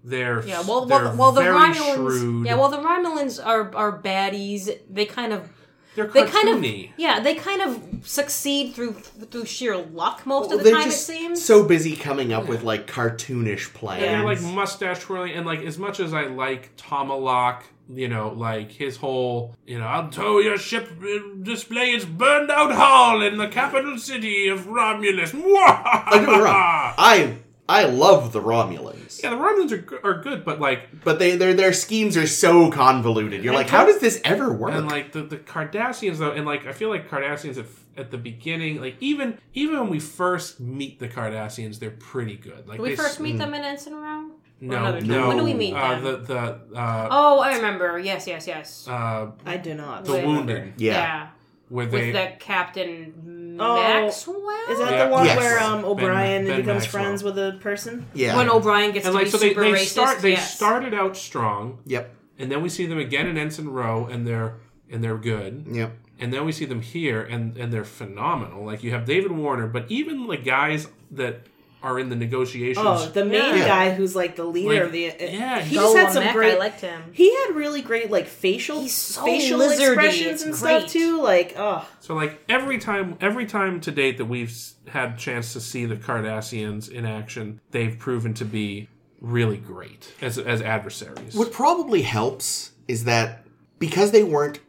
[SPEAKER 1] they're
[SPEAKER 2] Yeah, well,
[SPEAKER 1] they're
[SPEAKER 2] well, well the
[SPEAKER 1] very
[SPEAKER 2] Romulans.
[SPEAKER 1] shrewd.
[SPEAKER 2] Yeah, well, the Romulans are are baddies. They kind of
[SPEAKER 1] they're
[SPEAKER 2] they kind of
[SPEAKER 1] cartoony.
[SPEAKER 2] yeah they kind of succeed through through sheer luck most of the
[SPEAKER 3] They're
[SPEAKER 2] time.
[SPEAKER 3] just
[SPEAKER 2] it seems.
[SPEAKER 3] so busy coming up with like cartoonish
[SPEAKER 1] And
[SPEAKER 3] plans.
[SPEAKER 1] they're like mustache twirling, and like as much as I like Tomalak, you know, like his whole, you know, I'll tow your ship, uh, display its burned out hull in the capital city of Romulus.
[SPEAKER 3] Don't get me wrong.
[SPEAKER 1] Mwah!
[SPEAKER 3] I I love the Romulans,
[SPEAKER 1] Yeah, the Romulans are, g- are good, but like,
[SPEAKER 3] but they their their schemes are so convoluted. You're
[SPEAKER 1] And
[SPEAKER 3] like,
[SPEAKER 1] Car-
[SPEAKER 3] how does this ever work?
[SPEAKER 1] and like the, the Cardassians though, and like I feel like Cardassians at, at the beginning, like even even when we first meet the Cardassians, they're pretty good. Like
[SPEAKER 5] Did we
[SPEAKER 1] they
[SPEAKER 5] first
[SPEAKER 1] s-
[SPEAKER 5] meet them in Ensign Row?
[SPEAKER 1] no,
[SPEAKER 5] another time?
[SPEAKER 1] no.
[SPEAKER 5] When do we meet
[SPEAKER 1] uh,
[SPEAKER 5] them?
[SPEAKER 1] The the uh,
[SPEAKER 5] Oh, I remember. Yes, yes, yes.
[SPEAKER 1] uh,
[SPEAKER 4] I do not.
[SPEAKER 1] the
[SPEAKER 5] Oh. Wait.
[SPEAKER 1] wounded
[SPEAKER 3] yeah.
[SPEAKER 1] where they
[SPEAKER 5] With the Captain
[SPEAKER 4] Oh,
[SPEAKER 5] Maxwell?
[SPEAKER 4] Is that
[SPEAKER 1] Yeah.
[SPEAKER 4] the one
[SPEAKER 3] Yes.
[SPEAKER 4] where um,
[SPEAKER 1] Ben-
[SPEAKER 4] O'Brien
[SPEAKER 1] Ben
[SPEAKER 4] becomes
[SPEAKER 1] Maxwell.
[SPEAKER 4] friends with a person?
[SPEAKER 3] yeah,
[SPEAKER 5] when O'Brien gets
[SPEAKER 1] and
[SPEAKER 5] to
[SPEAKER 1] like
[SPEAKER 5] be
[SPEAKER 1] so they,
[SPEAKER 5] super
[SPEAKER 1] they
[SPEAKER 5] racist?
[SPEAKER 1] start they
[SPEAKER 5] yes.
[SPEAKER 1] started out strong,
[SPEAKER 3] Yep,
[SPEAKER 1] and then we see them again in Ensign Row, and they're and they're good.
[SPEAKER 3] yep.
[SPEAKER 1] and then we see them here and and they're phenomenal like you have david warner but even the guys that are in the negotiations
[SPEAKER 4] Oh, the main
[SPEAKER 3] Yeah.
[SPEAKER 4] guy who's like the leader
[SPEAKER 1] Like,
[SPEAKER 4] of the. uh,
[SPEAKER 1] yeah,
[SPEAKER 4] he
[SPEAKER 1] he's-
[SPEAKER 4] just had
[SPEAKER 5] Golan
[SPEAKER 4] some
[SPEAKER 5] Mack,
[SPEAKER 4] great.
[SPEAKER 5] I liked him.
[SPEAKER 4] He had really great like facial
[SPEAKER 5] He's so
[SPEAKER 4] facial
[SPEAKER 5] lizardy,
[SPEAKER 4] expressions
[SPEAKER 5] it's
[SPEAKER 4] and
[SPEAKER 5] great.
[SPEAKER 4] stuff too. Like, oh,
[SPEAKER 1] so like every time every time to date that we've s- had chance to see the cardassians in action they've proven to be really great as as adversaries
[SPEAKER 3] What probably helps is that because they weren't.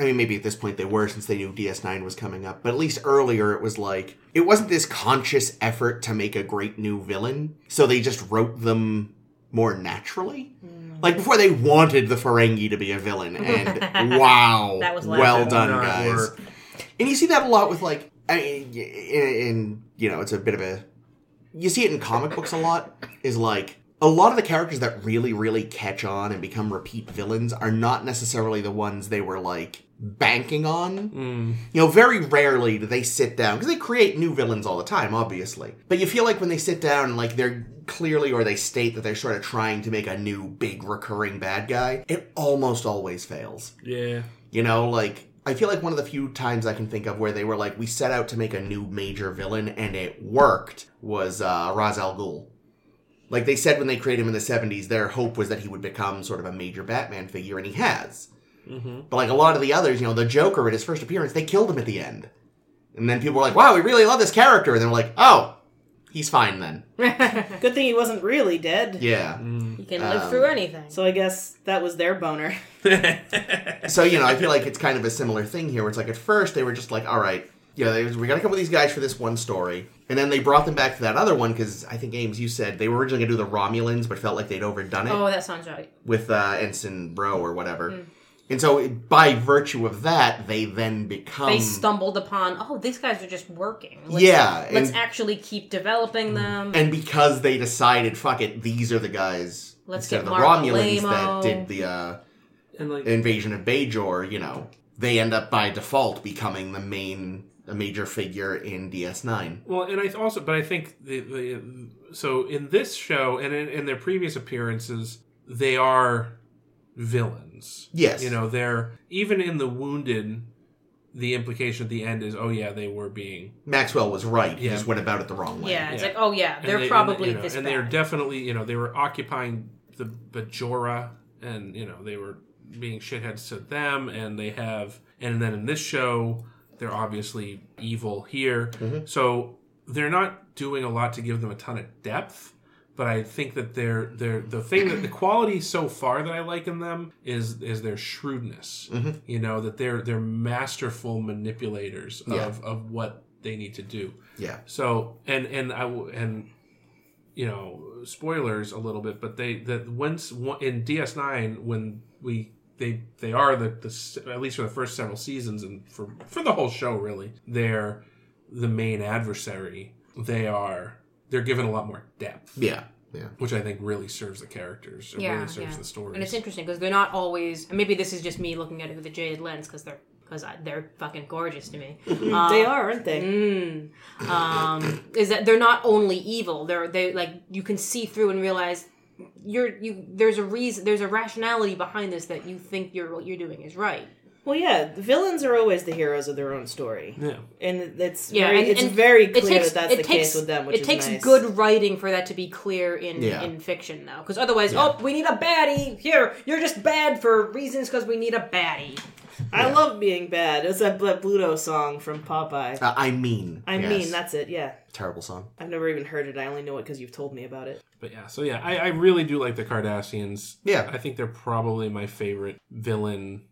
[SPEAKER 3] I mean, maybe at this point they were since they knew DS9 was coming up, but at least earlier it was like, it wasn't this conscious effort to make a great new villain, so they just wrote them more naturally.
[SPEAKER 5] Mm.
[SPEAKER 3] Like before they wanted the Ferengi to be a villain, and wow,
[SPEAKER 5] That was last
[SPEAKER 3] well
[SPEAKER 5] time.
[SPEAKER 3] done,
[SPEAKER 1] Not
[SPEAKER 3] guys.
[SPEAKER 1] work.
[SPEAKER 3] And you see that a lot with like, I mean, y- in you know, it's a bit of a, you see it in comic books a lot. Is like a lot of the characters that really, really catch on and become repeat villains are not necessarily the ones they were like banking on.
[SPEAKER 1] Mm.
[SPEAKER 3] You know, very rarely do they sit down because they create new villains all the time, obviously. But you feel like when they sit down, like they're clearly or they state that they're sort of trying to make a new big recurring bad guy, it almost always fails.
[SPEAKER 1] yeah
[SPEAKER 3] You know, like I feel like one of the few times I can think of where they were like, we set out to make a new major villain and it worked was uh, Ra's al Ghul. Like they said when they created him in the '70s, their hope was that he would become sort of a major Batman figure, and he has.
[SPEAKER 1] hmm
[SPEAKER 3] But like a lot of the others, you know, the Joker at his first appearance, they killed him at the end, and then people were like, "Wow, we really love this character," and they were like, "Oh, he's fine then."
[SPEAKER 4] good thing he wasn't really dead.
[SPEAKER 3] Yeah.
[SPEAKER 5] you can live
[SPEAKER 3] Um,
[SPEAKER 5] through anything.
[SPEAKER 4] So I guess that was their boner.
[SPEAKER 3] So you know, I feel like it's kind of a similar thing here. Where it's like at first they were just like, all right, you know, they, we got to come with these guys for this one story, and then they brought them back to that other one because I think Ames, you said they were originally going to do the Romulans, but felt like they'd overdone it
[SPEAKER 5] oh, Mm-hmm. that sounds right.
[SPEAKER 3] with uh, Ensign Bro or whatever. And so it- by virtue of that, they then become
[SPEAKER 5] They stumbled upon, oh, these guys are just working. Let's-
[SPEAKER 3] yeah,
[SPEAKER 5] Let's
[SPEAKER 3] and, Mm-hmm.
[SPEAKER 5] actually keep developing them.
[SPEAKER 3] and because they decided, fuck it, these are the guys
[SPEAKER 5] Let's
[SPEAKER 3] instead
[SPEAKER 5] get
[SPEAKER 3] of the
[SPEAKER 5] Mark
[SPEAKER 3] Romulans
[SPEAKER 5] Lamo.
[SPEAKER 3] that did the uh,
[SPEAKER 1] and like
[SPEAKER 3] invasion of Bajor, you know, they end up by default becoming the main, a major figure in DS9.
[SPEAKER 1] Well, and I th- also, but I think the, the so in this show and in, in their previous appearances, they are villains.
[SPEAKER 3] Yes.
[SPEAKER 1] you know they're even in the wounded. The implication at the end is, oh yeah, they were being,
[SPEAKER 3] Maxwell was right. He
[SPEAKER 1] Yeah.
[SPEAKER 3] just went about it the wrong way.
[SPEAKER 5] yeah, it's
[SPEAKER 1] Yeah.
[SPEAKER 5] like, oh, yeah,
[SPEAKER 1] and
[SPEAKER 5] they're
[SPEAKER 1] they- and,
[SPEAKER 5] probably
[SPEAKER 1] you know,
[SPEAKER 5] this
[SPEAKER 1] and they're
[SPEAKER 5] bad.
[SPEAKER 1] definitely, you know, they were occupying the Bajora, and you know they were being shitheads to them, and they have, and then in this show, they're obviously evil here.
[SPEAKER 3] Mhm.
[SPEAKER 1] So they're not doing a lot to give them a ton of depth, but I think that they're they're the thing that the quality so far that I like in them is is their shrewdness.
[SPEAKER 3] Mhm.
[SPEAKER 1] You know that they're they're masterful manipulators of
[SPEAKER 3] Yeah.
[SPEAKER 1] of what they need to do.
[SPEAKER 3] Yeah.
[SPEAKER 1] So and and I w- and you know spoilers a little bit, but they that once one- in DS Nine when we they they are the, the s- at least for the first several seasons and for for the whole show really they're the main adversary. They are they're given a lot more depth,
[SPEAKER 3] Yeah.
[SPEAKER 1] which I think really serves the characters. It
[SPEAKER 5] Yeah,
[SPEAKER 1] really serves
[SPEAKER 5] yeah.
[SPEAKER 1] the story.
[SPEAKER 5] And it's interesting because they're not always. And maybe this is just me looking at it with a jaded lens because they're because they're fucking gorgeous to me. Uh,
[SPEAKER 4] they are, aren't they?
[SPEAKER 5] Mm, um, is that they're not only evil? They're they like you can see through and realize you're you. There's a reason. There's a rationality behind this that you think you're what you're doing is right.
[SPEAKER 4] Well, yeah, the villains are always the heroes of their own story,
[SPEAKER 1] yeah.
[SPEAKER 4] and it's
[SPEAKER 5] Yeah,
[SPEAKER 4] very,
[SPEAKER 5] and-
[SPEAKER 4] it's
[SPEAKER 5] and
[SPEAKER 4] very
[SPEAKER 5] It
[SPEAKER 4] clear
[SPEAKER 5] takes
[SPEAKER 4] that that's
[SPEAKER 5] it
[SPEAKER 4] the
[SPEAKER 5] takes
[SPEAKER 4] case with them. Which
[SPEAKER 5] it
[SPEAKER 4] is
[SPEAKER 5] takes
[SPEAKER 4] nice.
[SPEAKER 5] good writing for that to be clear in
[SPEAKER 3] Yeah.
[SPEAKER 5] in fiction though, because otherwise,
[SPEAKER 3] Yeah.
[SPEAKER 5] oh, we need a baddie here. You're just bad for reasons because we need a baddie.
[SPEAKER 4] I love being bad. It's that Bl- Bluto song from Popeye.
[SPEAKER 3] Uh, I mean.
[SPEAKER 4] I
[SPEAKER 3] yes.
[SPEAKER 4] mean, that's it. Yeah,
[SPEAKER 3] terrible song.
[SPEAKER 4] I've never even heard it. I only know it because you've told me about it.
[SPEAKER 1] But yeah, so yeah, I, I really do like the Cardassians.
[SPEAKER 3] Yeah.
[SPEAKER 1] I think they're probably my favorite villain,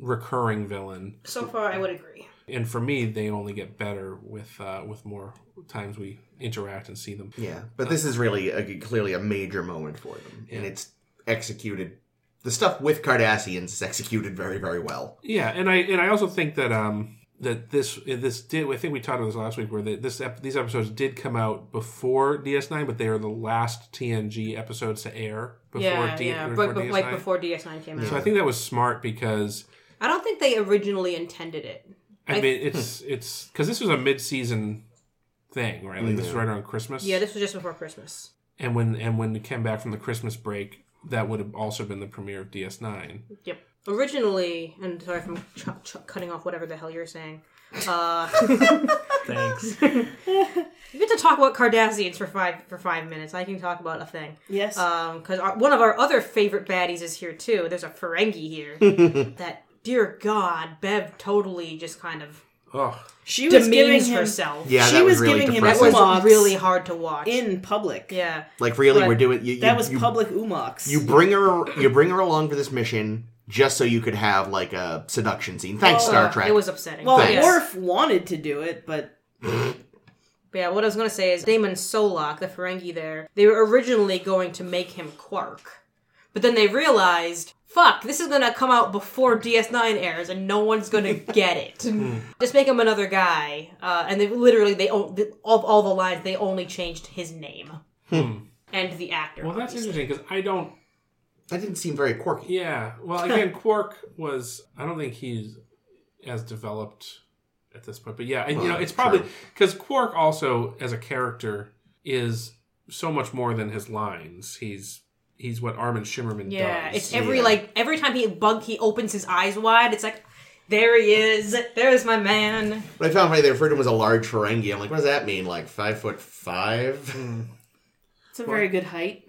[SPEAKER 1] recurring villain.
[SPEAKER 5] So far, I would agree.
[SPEAKER 1] And for me, they only get better with uh, with more times we interact and see them.
[SPEAKER 3] Yeah, but this is really a, clearly a major moment for them, and it's executed. The stuff with Cardassians is executed very, very well.
[SPEAKER 1] Yeah, and I and I also think that um that this this did I think we talked about this last week where that this ep- these episodes did come out before DS9, but they are the last TNG episodes to air before
[SPEAKER 5] yeah,
[SPEAKER 1] D-
[SPEAKER 5] yeah,
[SPEAKER 1] before
[SPEAKER 5] but, but
[SPEAKER 1] DS9.
[SPEAKER 5] like before DS9 came out.
[SPEAKER 1] So I think that was smart because
[SPEAKER 5] I don't think they originally intended it.
[SPEAKER 1] I,
[SPEAKER 5] I-
[SPEAKER 1] mean it's it's because this was a mid season thing, right? Like this was right around Christmas.
[SPEAKER 5] Yeah, this was just before Christmas.
[SPEAKER 1] and when and when it came back from the Christmas break, that would have also been the premiere of DS9.
[SPEAKER 5] Yep. Originally, and sorry if I'm ch- ch- cutting off whatever the hell you're saying. Uh,
[SPEAKER 6] Thanks.
[SPEAKER 5] you get to talk about Cardassians for five for five minutes. I can talk about a thing.
[SPEAKER 4] Yes.
[SPEAKER 5] because one of Um, our other favorite baddies is here too. There's a Ferengi here. that dear God, Bev totally just kind of
[SPEAKER 1] Oh,
[SPEAKER 4] she was giving
[SPEAKER 5] demeans
[SPEAKER 4] him
[SPEAKER 5] herself.
[SPEAKER 3] Yeah,
[SPEAKER 4] She
[SPEAKER 3] that was,
[SPEAKER 4] was
[SPEAKER 3] really
[SPEAKER 4] giving him-
[SPEAKER 5] that
[SPEAKER 3] depressing.
[SPEAKER 5] was
[SPEAKER 4] Umox.
[SPEAKER 5] really hard to watch.
[SPEAKER 4] in public.
[SPEAKER 5] yeah,
[SPEAKER 3] like really,
[SPEAKER 5] but
[SPEAKER 3] we're doing. You, you,
[SPEAKER 4] That was
[SPEAKER 3] you,
[SPEAKER 4] public umox.
[SPEAKER 3] You bring her. You bring her along for this mission just so you could have like a seduction scene. Thanks,
[SPEAKER 4] Oh,
[SPEAKER 3] Star Trek.
[SPEAKER 5] Uh, it was upsetting.
[SPEAKER 4] well,
[SPEAKER 3] Thanks.
[SPEAKER 4] Worf wanted to do it, but
[SPEAKER 5] But yeah, what I was gonna say is Damon Solak, the Ferengi there, they were originally going to make him Quark. But then they realized, fuck, this is gonna come out before DS9 airs and no one's gonna get it. Just make him another guy. Uh, and they literally, they o- the- of all the lines, they only changed his name. And the actor.
[SPEAKER 1] well, that's interesting because I don't.
[SPEAKER 3] that didn't seem very quirky.
[SPEAKER 1] Yeah. Well, again, Quark was. I don't think he's as developed at this point. But yeah, and, you know,
[SPEAKER 3] Well,
[SPEAKER 1] it's probably
[SPEAKER 3] true.
[SPEAKER 1] because Quark also, as a character, is so much more than his lines. He's he's what Armin Shimmerman
[SPEAKER 5] Yeah,
[SPEAKER 1] does.
[SPEAKER 5] it's every
[SPEAKER 3] yeah.
[SPEAKER 5] like every time he bug he opens his eyes wide, it's like, there he is, there's my man.
[SPEAKER 3] But I found funny they referred to him as a large Ferengi. I'm like, what does that mean? Like five foot five?
[SPEAKER 1] Hmm.
[SPEAKER 4] it's a very good height.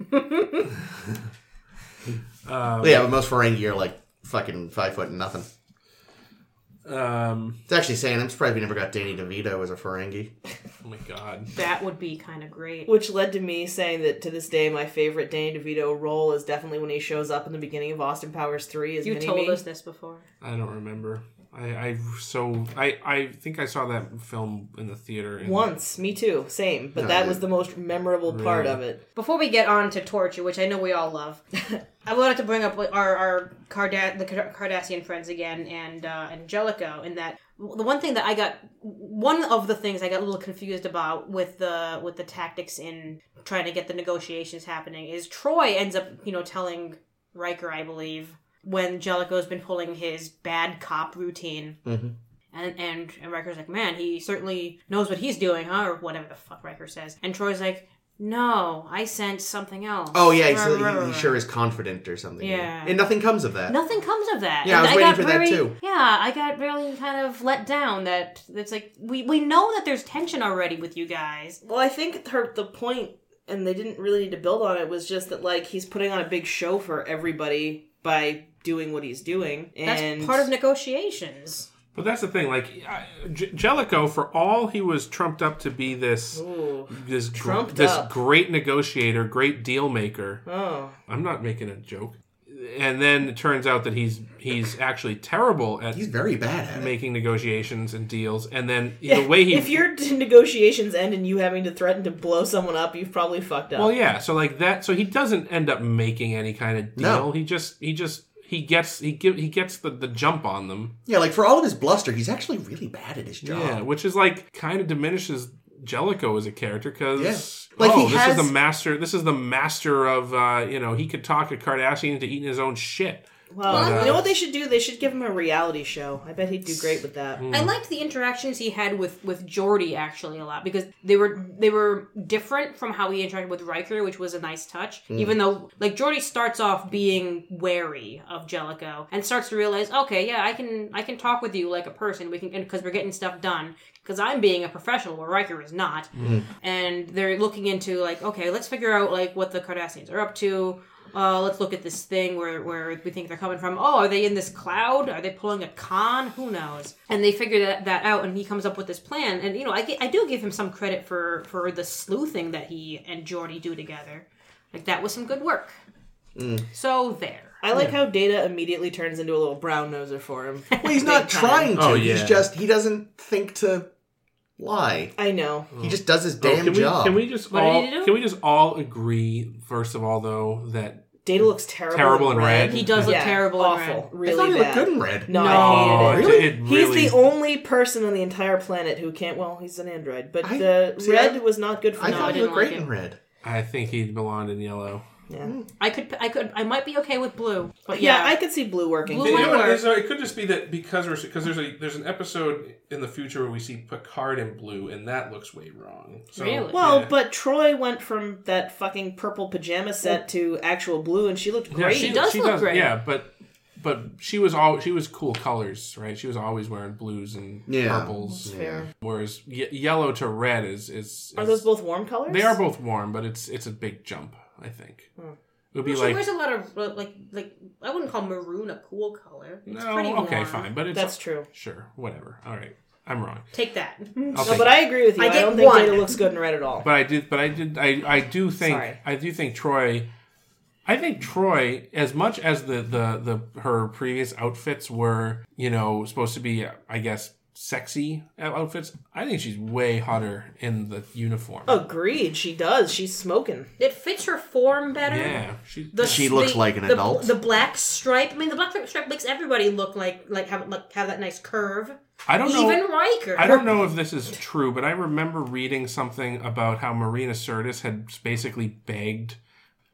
[SPEAKER 1] Um,
[SPEAKER 3] yeah, but most Ferengi are like fucking five foot and nothing.
[SPEAKER 1] um,
[SPEAKER 3] It's actually saying I'm surprised we never got Danny DeVito as a Ferengi.
[SPEAKER 1] oh my god.
[SPEAKER 5] That would be kind of great.
[SPEAKER 4] Which led to me saying that to this day, my favorite Danny DeVito role is definitely when he shows up in the beginning of Austin Powers 3 as
[SPEAKER 5] You
[SPEAKER 4] Mini-Me.
[SPEAKER 5] told us this before.
[SPEAKER 1] I don't remember. I, I so I I think I saw that film in the theater. and-
[SPEAKER 4] Once, me too, same. But
[SPEAKER 3] No,
[SPEAKER 4] that
[SPEAKER 3] you-
[SPEAKER 4] was the most memorable part of it.
[SPEAKER 5] Before we get on to torture, which I know we all love, I wanted to bring up our our Carda- the Kar- Cardassian friends again and uh, Angelico. In that, the one thing that I got, one of the things I got a little confused about with the with the tactics in trying to get the negotiations happening is Troy ends up you know telling Riker, I believe, when Jellicoe's been pulling his bad cop routine.
[SPEAKER 1] Mm-hmm.
[SPEAKER 3] Mhm.
[SPEAKER 5] And, and and Riker's like, man, he certainly knows what he's doing, huh? Or whatever the fuck Riker says. And Troy's like, no, I sent something else.
[SPEAKER 3] Oh yeah, he's,
[SPEAKER 5] Rah, rah,
[SPEAKER 3] he,
[SPEAKER 5] rah.
[SPEAKER 3] he sure is confident or something.
[SPEAKER 5] Yeah.
[SPEAKER 3] and nothing comes of that.
[SPEAKER 5] Nothing comes of that.
[SPEAKER 3] Yeah, I
[SPEAKER 5] And
[SPEAKER 3] was waiting
[SPEAKER 5] got
[SPEAKER 3] for that,
[SPEAKER 5] very-
[SPEAKER 3] too.
[SPEAKER 5] Yeah, I got really kind of let down that it's like we we know that there's tension already with you guys.
[SPEAKER 4] Well, I think her the point, and they didn't really need to build on it, was just that like he's putting on a big show for everybody by doing what he's doing,
[SPEAKER 5] That's
[SPEAKER 4] and
[SPEAKER 5] part of negotiations.
[SPEAKER 1] But that's the thing. Like I- J- Jellicoe, for all he was trumped up to be this
[SPEAKER 4] Ooh.
[SPEAKER 1] this gr-
[SPEAKER 4] Trumped
[SPEAKER 1] this
[SPEAKER 4] up.
[SPEAKER 1] great negotiator, great deal maker.
[SPEAKER 4] Oh,
[SPEAKER 1] I'm not making a joke. And then it turns out that he's he's actually terrible at
[SPEAKER 3] He's very bad at it.
[SPEAKER 1] making negotiations and deals. And then the way he
[SPEAKER 4] if your d- negotiations end in you having to threaten to blow someone up, you've probably fucked up.
[SPEAKER 1] well, yeah. So like that. So he doesn't end up making any kind of deal.
[SPEAKER 3] No.
[SPEAKER 1] He just he just he gets he give he gets the, the jump on them.
[SPEAKER 3] Yeah, like for all of his bluster, he's actually really bad at his job.
[SPEAKER 1] Yeah, which is like kind of diminishes Jellicoe as a character because
[SPEAKER 3] Yeah. Like,
[SPEAKER 1] oh,
[SPEAKER 3] he
[SPEAKER 1] this
[SPEAKER 3] has-
[SPEAKER 1] is the master. This is the master of uh, you know he could talk a Kardashian into eating his own shit.
[SPEAKER 4] Well,
[SPEAKER 1] But, uh,
[SPEAKER 4] you know what they should do? They should give him a reality show. I bet he'd do great with that.
[SPEAKER 1] Mm.
[SPEAKER 5] I liked the interactions he had with with Jordy actually a lot because they were they were different from how he interacted with Riker, which was a nice touch. Even though like Jordy starts off being wary of Jellicoe and starts to realize, okay, yeah, I can I can talk with you like a person. We can because we're getting stuff done because I'm being a professional where Riker is not. And they're looking into like, okay, let's figure out like what the Cardassians are up to. Uh, let's look at this thing where, where we think they're coming from. Oh, are they in this cloud? Are they pulling a con? Who knows? And they figure that, that out, and he comes up with this plan. And you know, I, gi- I do give him some credit for for the sleuthing that he and Jordy do together. Like that was some good work. So there.
[SPEAKER 4] I like how Data immediately turns into a little brown noser for him.
[SPEAKER 3] Well, he's not
[SPEAKER 4] Big time.
[SPEAKER 3] trying to.
[SPEAKER 1] Oh,
[SPEAKER 3] He's
[SPEAKER 1] yeah.
[SPEAKER 3] just he doesn't think to lie.
[SPEAKER 4] I know.
[SPEAKER 3] He just does his
[SPEAKER 1] Oh,
[SPEAKER 3] damn
[SPEAKER 1] can we,
[SPEAKER 3] job.
[SPEAKER 1] Can we just
[SPEAKER 5] What did
[SPEAKER 1] all
[SPEAKER 5] he do?
[SPEAKER 1] can we just all agree first of all though that
[SPEAKER 4] Data looks terrible.
[SPEAKER 1] Terrible
[SPEAKER 4] in
[SPEAKER 1] in red.
[SPEAKER 5] He does look
[SPEAKER 4] Yeah,
[SPEAKER 5] terrible. in
[SPEAKER 4] Awful.
[SPEAKER 5] red.
[SPEAKER 3] I thought
[SPEAKER 4] Really
[SPEAKER 3] he looked
[SPEAKER 4] bad.
[SPEAKER 3] good in red.
[SPEAKER 4] No,
[SPEAKER 1] Oh,
[SPEAKER 4] I hated it.
[SPEAKER 1] it really-
[SPEAKER 4] He's the only person on the entire planet who can't. Well, he's an android, but
[SPEAKER 3] I-
[SPEAKER 4] the
[SPEAKER 3] see,
[SPEAKER 4] red
[SPEAKER 3] I-
[SPEAKER 4] was not good for
[SPEAKER 3] I
[SPEAKER 4] him.
[SPEAKER 5] No, I
[SPEAKER 3] thought he
[SPEAKER 5] didn't
[SPEAKER 3] looked great
[SPEAKER 5] like
[SPEAKER 3] in
[SPEAKER 5] it.
[SPEAKER 3] red.
[SPEAKER 1] I think he belonged in yellow.
[SPEAKER 4] yeah.
[SPEAKER 5] I could, I could, I might be okay with blue, but
[SPEAKER 4] yeah,
[SPEAKER 5] Mm. yeah,
[SPEAKER 4] I could see blue working.
[SPEAKER 5] Blue
[SPEAKER 1] You
[SPEAKER 5] would
[SPEAKER 1] know what it
[SPEAKER 5] work.
[SPEAKER 1] is? though? It could just be that because we're because there's a there's an episode in the future where we see Picard in blue, and that looks way wrong. So,
[SPEAKER 5] Really?
[SPEAKER 4] Well,
[SPEAKER 1] yeah.
[SPEAKER 4] but Troy went from that fucking purple pajama set to actual blue, and she looked
[SPEAKER 1] Yeah,
[SPEAKER 4] great.
[SPEAKER 5] She does look great.
[SPEAKER 1] Yeah, but but she was all she was cool colors, right? She was always wearing blues and
[SPEAKER 3] Yeah.
[SPEAKER 1] purples,
[SPEAKER 3] Yeah.
[SPEAKER 1] whereas ye yellow to red is is,
[SPEAKER 4] Are
[SPEAKER 1] is-
[SPEAKER 4] those both warm colors?
[SPEAKER 1] They are both warm, but it's it's a big jump. I think it would be
[SPEAKER 5] she
[SPEAKER 1] like
[SPEAKER 5] wears a lot of uh, like, like I wouldn't call maroon a cool color. It's
[SPEAKER 1] no,
[SPEAKER 5] pretty
[SPEAKER 1] okay,
[SPEAKER 5] warm.
[SPEAKER 1] fine, but it's
[SPEAKER 4] That's true.
[SPEAKER 1] sure, whatever. All right, I'm wrong.
[SPEAKER 5] Take that.
[SPEAKER 1] I'll
[SPEAKER 4] No,
[SPEAKER 1] take
[SPEAKER 4] but
[SPEAKER 1] it.
[SPEAKER 4] I agree with you.
[SPEAKER 2] I
[SPEAKER 4] I,
[SPEAKER 2] get
[SPEAKER 4] don't think
[SPEAKER 2] one.
[SPEAKER 4] Data looks good in red at all.
[SPEAKER 1] But I did. But I did. I I do think.
[SPEAKER 4] Sorry.
[SPEAKER 1] I do think Troy. I think Troy, as much as the the the her previous outfits were, you know, supposed to be, I guess, sexy outfits. I think she's way hotter in the uniform.
[SPEAKER 4] Oh, Agreed. She does. She's smoking.
[SPEAKER 5] It fits her form better.
[SPEAKER 1] yeah, she.
[SPEAKER 5] The-
[SPEAKER 3] She looks
[SPEAKER 5] the-
[SPEAKER 3] like an
[SPEAKER 5] the-
[SPEAKER 3] adult.
[SPEAKER 5] The black stripe. I mean, the black stripe makes everybody look like like have like have that nice curve.
[SPEAKER 1] I don't know.
[SPEAKER 5] Even Riker.
[SPEAKER 1] I don't know if this is true, but I remember reading something about how Marina Sirtis had basically begged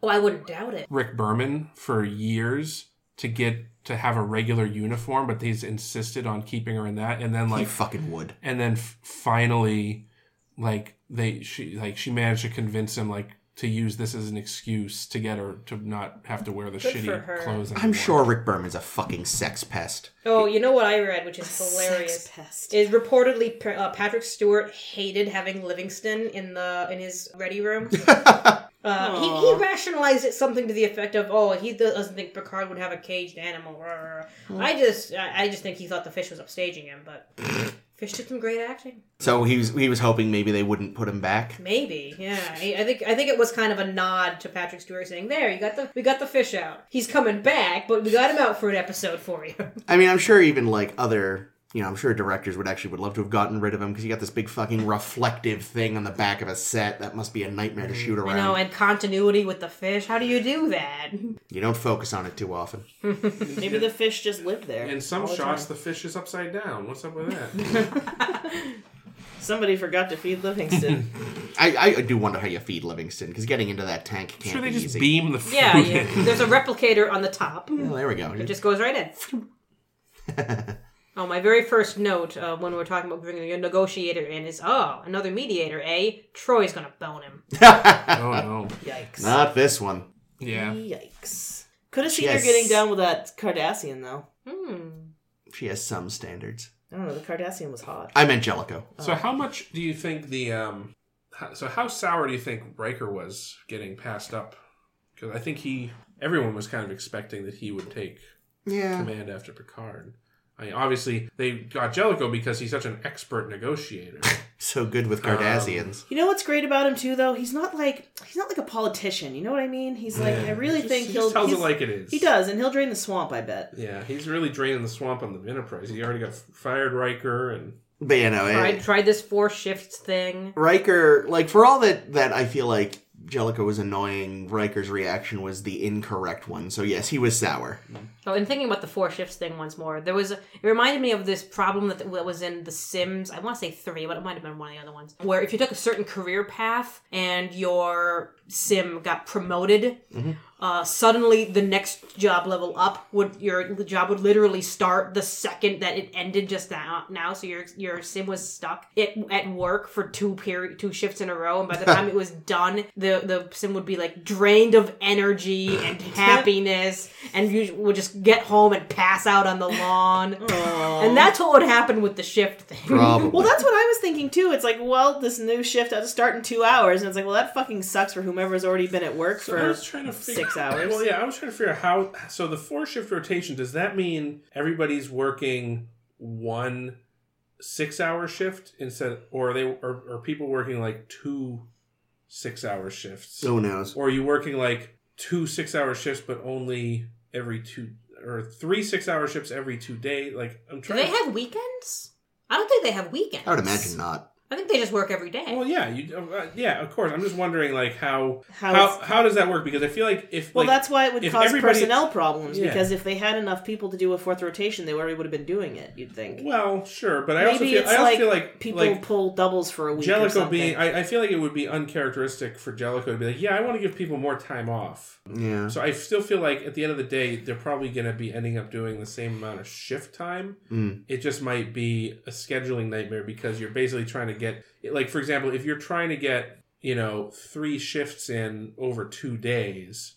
[SPEAKER 5] Oh, I wouldn't doubt it.
[SPEAKER 1] Rick Berman for years to get to have a regular uniform, but he's insisted on keeping her in that. And then
[SPEAKER 3] he
[SPEAKER 1] like,
[SPEAKER 3] fucking would.
[SPEAKER 1] and then f- finally, like they she like she managed to convince him like to use this as an excuse to get her to not have to wear the
[SPEAKER 5] Good for her.
[SPEAKER 1] shitty clothes.
[SPEAKER 3] I'm
[SPEAKER 1] anymore.
[SPEAKER 3] sure Rick Berman's a fucking sex pest.
[SPEAKER 2] Oh, you know what I read, which is hilarious.
[SPEAKER 4] Sex pest.
[SPEAKER 2] Is reportedly Pa- uh, Patrick Stewart hated having Livingston in the in his ready room. uh, he, he rationalized it something to the effect of, "Oh, he doesn't think Picard would have a caged animal." rah, rah, rah." I just I, I just think he thought the fish was upstaging him, but fish did some great acting.
[SPEAKER 3] So he was he was hoping maybe they wouldn't put him back.
[SPEAKER 2] Maybe, yeah. I, I think I think it was kind of a nod to Patrick Stewart saying, "There, you got the we got the fish out. He's coming back, but we got him out for an episode for you."
[SPEAKER 3] I mean, I'm sure even like other, you know, I'm sure directors would actually would love to have gotten rid of him because he got this big fucking reflective thing on the back of a set that must be a nightmare to
[SPEAKER 1] Mm,
[SPEAKER 3] shoot
[SPEAKER 2] You
[SPEAKER 3] around.
[SPEAKER 2] know, and continuity with the fish. How do you do that?
[SPEAKER 3] You don't focus on it too often.
[SPEAKER 4] Maybe the fish just lived there.
[SPEAKER 1] In some
[SPEAKER 4] all the
[SPEAKER 1] shots,
[SPEAKER 4] time.
[SPEAKER 1] the fish is upside down. What's up with that?
[SPEAKER 4] somebody forgot to feed Livingston.
[SPEAKER 3] I, I do wonder how you feed Livingston because getting into that tank can't
[SPEAKER 1] sure,
[SPEAKER 3] be
[SPEAKER 1] they just
[SPEAKER 3] easy.
[SPEAKER 1] beam the food
[SPEAKER 2] Yeah,
[SPEAKER 1] in.
[SPEAKER 2] yeah. There's a replicator on the top.
[SPEAKER 3] Well, there we go.
[SPEAKER 2] It just goes right in. oh, my very first note uh, when we're talking about bringing a negotiator in is, oh, another mediator, eh? Troy's gonna bone him.
[SPEAKER 1] Oh no!
[SPEAKER 4] Yikes.
[SPEAKER 3] Not this one.
[SPEAKER 1] Yeah,
[SPEAKER 4] Yikes. Could have seen
[SPEAKER 3] Yes.
[SPEAKER 4] her getting down with that Cardassian though.
[SPEAKER 5] Hmm.
[SPEAKER 3] She has some standards.
[SPEAKER 4] I don't know. The Cardassian was hot.
[SPEAKER 3] I meant Jellicoe.
[SPEAKER 1] So how much do you think the um? ho- So how sour do you think Riker was getting passed up? Because I think he, everyone was kind of expecting that he would take
[SPEAKER 3] Yeah.
[SPEAKER 1] command after Picard. I mean, obviously they got Jellicoe because he's such an expert negotiator.
[SPEAKER 3] So good with
[SPEAKER 1] Um,
[SPEAKER 3] Cardassians.
[SPEAKER 4] You know what's great about him too, though? He's not like he's not like a politician. You know what I mean? He's like I really
[SPEAKER 1] He just-
[SPEAKER 4] think
[SPEAKER 1] he
[SPEAKER 4] he'll
[SPEAKER 1] just tells it
[SPEAKER 4] he's-
[SPEAKER 1] like it is.
[SPEAKER 4] he does, and he'll drain the swamp. I bet.
[SPEAKER 1] Yeah, he's really draining the swamp on the Enterprise. He already got f- fired Riker, and
[SPEAKER 3] but you know,
[SPEAKER 5] I
[SPEAKER 3] it,
[SPEAKER 5] tried this four shifts thing.
[SPEAKER 3] Riker, like for all that that I feel like Jellicoe was annoying, Riker's reaction was the incorrect one. So yes, he was sour.
[SPEAKER 5] Oh, and thinking about the four shifts thing once more, there was it reminded me of this problem that, that was in The Sims. I want to say three, but it might have been one of the other ones, where if you took a certain career path and your sim got promoted, uh, suddenly the next job level up would your job would literally start the second that it ended just now. Now, so your your sim was stuck it, at work for two period two shifts in a row, and by the time it was done, the the sim would be like drained of energy and happiness, and you would just get home and pass out on the lawn, and that's what would happen with the shift thing.
[SPEAKER 3] Probably.
[SPEAKER 4] Well, that's what I was thinking too. It's like, well, this new shift I'll start in two hours, and it's like, well, that fucking sucks for whomever's already been at work
[SPEAKER 1] I
[SPEAKER 4] for
[SPEAKER 1] was trying to figure,
[SPEAKER 4] six hours.
[SPEAKER 1] Well, yeah, I was trying to figure out how. So the four shift rotation does that mean everybody's working one six hour shift instead, or are they are, are people working like two six hour shifts,
[SPEAKER 3] Who knows?
[SPEAKER 1] or are you working like two six hour shifts, but only every two or three six hour shifts every two day. Like I'm
[SPEAKER 5] Do
[SPEAKER 1] trying.
[SPEAKER 5] they have weekends? I don't think they have weekends.
[SPEAKER 3] I would imagine not.
[SPEAKER 5] I think they just work every day.
[SPEAKER 1] well, yeah, you, uh, yeah, of course. I'm just wondering, like, how
[SPEAKER 4] How
[SPEAKER 1] how,
[SPEAKER 4] it's-
[SPEAKER 1] how does that work? Because I feel like if
[SPEAKER 4] Well,
[SPEAKER 1] like,
[SPEAKER 4] that's why it would
[SPEAKER 1] if
[SPEAKER 4] cause
[SPEAKER 1] everybody-
[SPEAKER 4] personnel problems
[SPEAKER 1] Yeah.
[SPEAKER 4] because if they had enough people to do a fourth rotation, they already would have been doing it. You'd think.
[SPEAKER 1] well, sure, but I
[SPEAKER 4] Maybe
[SPEAKER 1] also feel
[SPEAKER 4] it's
[SPEAKER 1] I also
[SPEAKER 4] like,
[SPEAKER 1] feel like
[SPEAKER 4] people
[SPEAKER 1] like
[SPEAKER 4] pull doubles for a week. or
[SPEAKER 1] Jellico
[SPEAKER 4] something.
[SPEAKER 1] being, I, I feel like it would be uncharacteristic for Jellico to be like, yeah, I want to give people more time off.
[SPEAKER 3] Yeah.
[SPEAKER 1] So I still feel like at the end of the day, they're probably going to be ending up doing the same amount of shift time.
[SPEAKER 3] Mm.
[SPEAKER 1] It just might be a scheduling nightmare because you're basically trying to get, like, for example, if you're trying to get, you know, three shifts in over two days,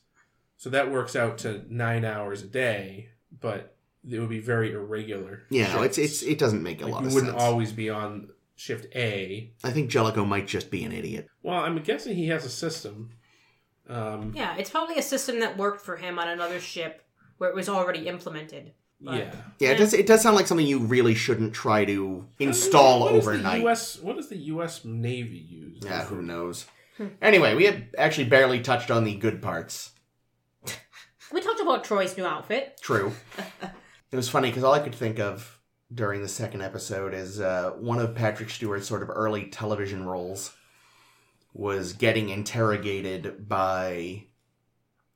[SPEAKER 1] so that works out to nine hours a day, but it would be very irregular.
[SPEAKER 3] Yeah, no, it's
[SPEAKER 1] shifts.
[SPEAKER 3] it's it doesn't make a
[SPEAKER 1] Like,
[SPEAKER 3] lot
[SPEAKER 1] you
[SPEAKER 3] of
[SPEAKER 1] wouldn't
[SPEAKER 3] sense.
[SPEAKER 1] always be on shift A.
[SPEAKER 3] I think Jellicoe might just be an idiot.
[SPEAKER 1] Well, I'm guessing he has a system. Um,
[SPEAKER 5] Yeah, it's probably a system that worked for him on another ship where it was already implemented.
[SPEAKER 1] yeah.
[SPEAKER 3] Yeah, it
[SPEAKER 5] Yeah.
[SPEAKER 3] does it does sound like something you really shouldn't try to install
[SPEAKER 1] What does
[SPEAKER 3] overnight.
[SPEAKER 1] The US, what does the U.S. Navy use?
[SPEAKER 3] Yeah, who knows. anyway, we had actually barely touched on the good parts.
[SPEAKER 5] We talked about Troy's new outfit.
[SPEAKER 3] True. it was funny because all I could think of during the second episode is uh, one of Patrick Stewart's sort of early television roles was getting interrogated by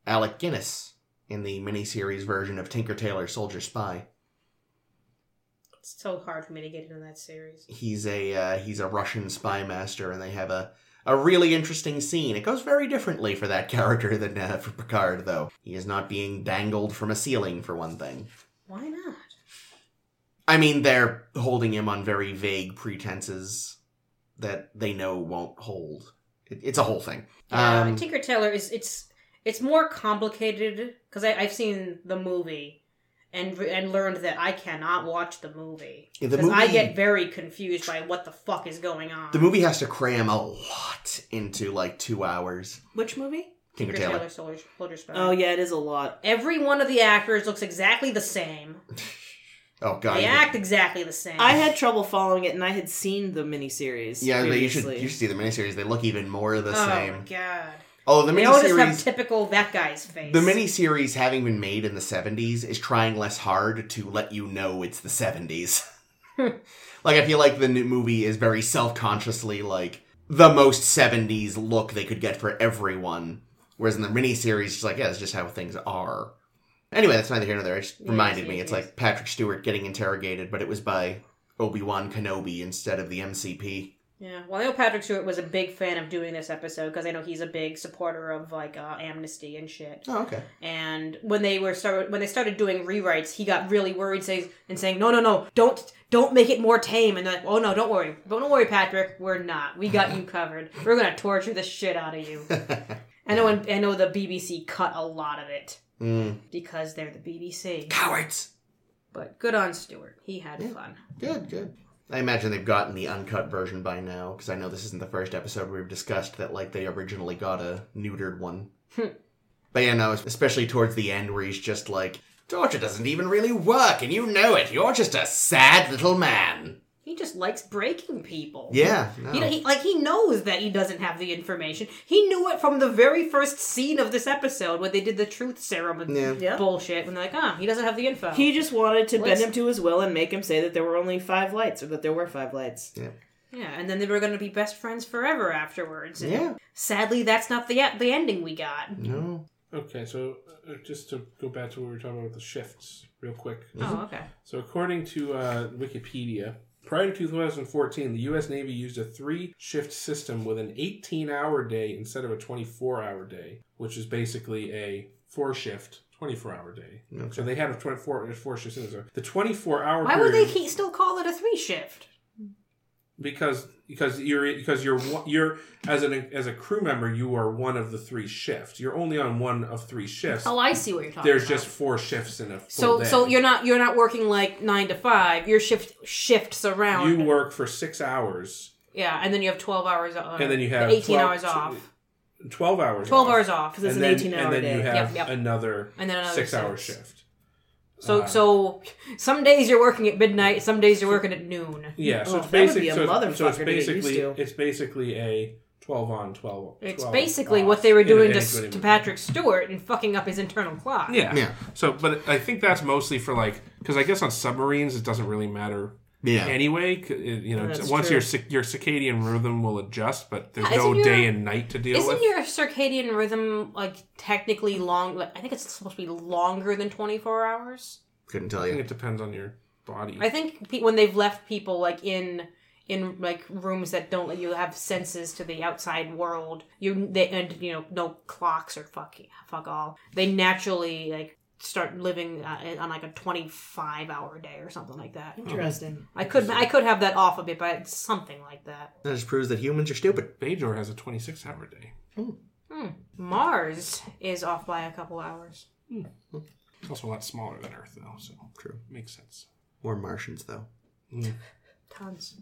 [SPEAKER 3] Alec Guinness in the miniseries version of Tinker Tailor Soldier Spy.
[SPEAKER 5] It's so hard for me to get into that series.
[SPEAKER 3] He's a uh, he's a Russian spy master, and they have a a really interesting scene. It goes very differently for that character than uh, for Picard, though. He is not being dangled from a ceiling for one thing.
[SPEAKER 5] Why not?
[SPEAKER 3] I mean, they're holding him on very vague pretenses that they know won't hold. It, it's a whole thing.
[SPEAKER 5] Yeah,
[SPEAKER 3] um,
[SPEAKER 5] Tinker Tailor is it's it's more complicated because I've seen the movie and re- and learned that I cannot watch the movie
[SPEAKER 3] Yeah, the
[SPEAKER 5] because I
[SPEAKER 3] movie-
[SPEAKER 5] get very confused by what the fuck is going on.
[SPEAKER 3] the movie has to cram a lot into like two hours.
[SPEAKER 4] Which movie?
[SPEAKER 3] Tinker Tailor.
[SPEAKER 5] Soldier, Soldier Spy.
[SPEAKER 4] Oh yeah, it is a lot.
[SPEAKER 5] Every one of the actors looks exactly the same.
[SPEAKER 3] Oh god.
[SPEAKER 5] They
[SPEAKER 3] Yeah,
[SPEAKER 5] act exactly the same.
[SPEAKER 4] I had trouble following it, and I had seen the miniseries.
[SPEAKER 3] yeah but you should
[SPEAKER 4] previously.
[SPEAKER 3] you should see the miniseries. They look even more the
[SPEAKER 5] oh my
[SPEAKER 3] same.
[SPEAKER 5] god.
[SPEAKER 3] Oh, the
[SPEAKER 5] They all just have
[SPEAKER 3] miniseries.
[SPEAKER 5] typical that guy's face.
[SPEAKER 3] The miniseries, having been made in the 70s, is trying less hard to let you know it's the 70s. like, I feel like the new movie is very self consciously, like, the most 70s look they could get for everyone. Whereas in the miniseries, it's like, yeah, it's just how things are. Anyway, that's neither here nor there. It just
[SPEAKER 5] Yes,
[SPEAKER 3] reminded me.
[SPEAKER 5] yes,
[SPEAKER 3] It's
[SPEAKER 5] yes.
[SPEAKER 3] like Patrick Stewart getting interrogated, but it was by Obi Wan Kenobi instead of the MCP.
[SPEAKER 5] Yeah, well, I know Patrick Stewart was a big fan of doing this episode because I know he's a big supporter of like uh, amnesty and shit.
[SPEAKER 3] Oh, okay.
[SPEAKER 5] And when they were started when they started doing rewrites, he got really worried, saying and saying, "No, no, no, don't don't make it more tame." And they're like, "Oh no, don't worry, don't worry, Patrick, we're not. We got you covered. We're gonna torture the shit out of you." I know, I know the BBC cut a lot of it
[SPEAKER 3] Mm.
[SPEAKER 5] because they're the BBC.
[SPEAKER 3] Cowards!
[SPEAKER 5] But good on Stewart, he had fun.
[SPEAKER 3] Good, good. I imagine they've gotten the uncut version by now because I know this isn't the first episode we've discussed that like they originally got a neutered one. but yeah, no, especially towards the end where he's just like, torture doesn't even really work, and you know it. You're just a sad little man.
[SPEAKER 5] He just likes breaking people.
[SPEAKER 3] Yeah, no.
[SPEAKER 1] Oh.
[SPEAKER 5] You know, he, like he knows that he doesn't have the information. He knew it from the very first scene of this episode when they did the truth serum and
[SPEAKER 3] Yeah.
[SPEAKER 4] Yeah.
[SPEAKER 5] bullshit. When they're like, "Ah, he doesn't have the info."
[SPEAKER 4] He just wanted to
[SPEAKER 5] Let's-
[SPEAKER 4] bend him to his will and make him say that there were only five lights, or that there were five lights.
[SPEAKER 5] yeah, and then they were going to be best friends forever afterwards. And
[SPEAKER 3] Yeah.
[SPEAKER 5] Sadly, that's not the e, the ending we got.
[SPEAKER 3] no.
[SPEAKER 1] Okay, so uh, just to go back to what we were talking about with the shifts, real quick.
[SPEAKER 5] Oh, okay.
[SPEAKER 1] So, according to uh, Wikipedia, prior to 2014, the U.S. Navy used a three shift system with an 18 hour day instead of a 24 hour day, which is basically a four shift, 24 hour day. So, they had a 24 four shift system. The 24 hour
[SPEAKER 5] Why would they keep, still call it a three shift?
[SPEAKER 1] because because you're because you're one- you're as an as a crew member you are one of the three shifts you're only on one of three shifts
[SPEAKER 5] Oh, I see what you're talking.
[SPEAKER 1] there's
[SPEAKER 5] about.
[SPEAKER 1] just four shifts in a full
[SPEAKER 5] so
[SPEAKER 1] day.
[SPEAKER 5] so you're not you're not working like nine to five. Your shift shifts around.
[SPEAKER 1] you work for six hours
[SPEAKER 5] yeah, and then you have twelve hours on.
[SPEAKER 1] And then you have
[SPEAKER 5] eighteen
[SPEAKER 1] 12
[SPEAKER 5] hours off.
[SPEAKER 1] 12 hours
[SPEAKER 5] Twelve
[SPEAKER 1] off.
[SPEAKER 5] hours off.
[SPEAKER 4] Because it's
[SPEAKER 1] and
[SPEAKER 4] an
[SPEAKER 1] then,
[SPEAKER 4] 18 hour
[SPEAKER 1] and then
[SPEAKER 4] day.
[SPEAKER 1] you have
[SPEAKER 5] Yep, yep.
[SPEAKER 1] another
[SPEAKER 5] And then another
[SPEAKER 1] six hour
[SPEAKER 5] six.
[SPEAKER 1] shift
[SPEAKER 5] So
[SPEAKER 1] Uh,
[SPEAKER 5] so some days you're working at midnight, some days you're working at noon.
[SPEAKER 1] yeah so
[SPEAKER 4] Oh,
[SPEAKER 1] it's
[SPEAKER 4] that would be
[SPEAKER 1] basically
[SPEAKER 4] a
[SPEAKER 1] so, it's- so it's
[SPEAKER 4] motherfucker to get used
[SPEAKER 1] basically
[SPEAKER 4] to.
[SPEAKER 1] it's basically a twelve on, twelve. on,
[SPEAKER 5] It's
[SPEAKER 1] 12
[SPEAKER 5] basically
[SPEAKER 1] off
[SPEAKER 5] what they were
[SPEAKER 1] in an
[SPEAKER 5] doing to,
[SPEAKER 1] including
[SPEAKER 5] to
[SPEAKER 1] movie.
[SPEAKER 5] Patrick Stewart and fucking up his internal clock.
[SPEAKER 1] Yeah.
[SPEAKER 3] Yeah.
[SPEAKER 1] So, but I think that's mostly for like because I guess on submarines it doesn't really matter
[SPEAKER 3] Yeah.
[SPEAKER 1] anyway. c- it- You know,
[SPEAKER 4] That's
[SPEAKER 1] once
[SPEAKER 4] true.
[SPEAKER 1] your cic- your circadian rhythm will adjust, but there's
[SPEAKER 5] Yeah,
[SPEAKER 1] no
[SPEAKER 5] isn't your-
[SPEAKER 1] day and night to deal with.
[SPEAKER 5] Isn't your circadian rhythm like technically long? Like, I think it's supposed to be longer than twenty four hours.
[SPEAKER 3] Couldn't tell
[SPEAKER 1] I think
[SPEAKER 3] you.
[SPEAKER 1] it depends on your body.
[SPEAKER 5] I think pe- when they've left people like in in like rooms that don't let you have senses to the outside world, you they and you know no clocks or fuck fuck all. They naturally like start living uh, on like a twenty five hour day or something like that.
[SPEAKER 4] Interesting.
[SPEAKER 5] I could I could have that off a bit, but it's something like that.
[SPEAKER 3] That just proves that humans are stupid.
[SPEAKER 1] Bajor has a 26 hour day.
[SPEAKER 5] Hmm. Mars is off by a couple hours.
[SPEAKER 1] It's also a lot smaller than Earth, though, so
[SPEAKER 3] True.
[SPEAKER 1] makes sense.
[SPEAKER 3] More Martians, though.
[SPEAKER 5] Tons.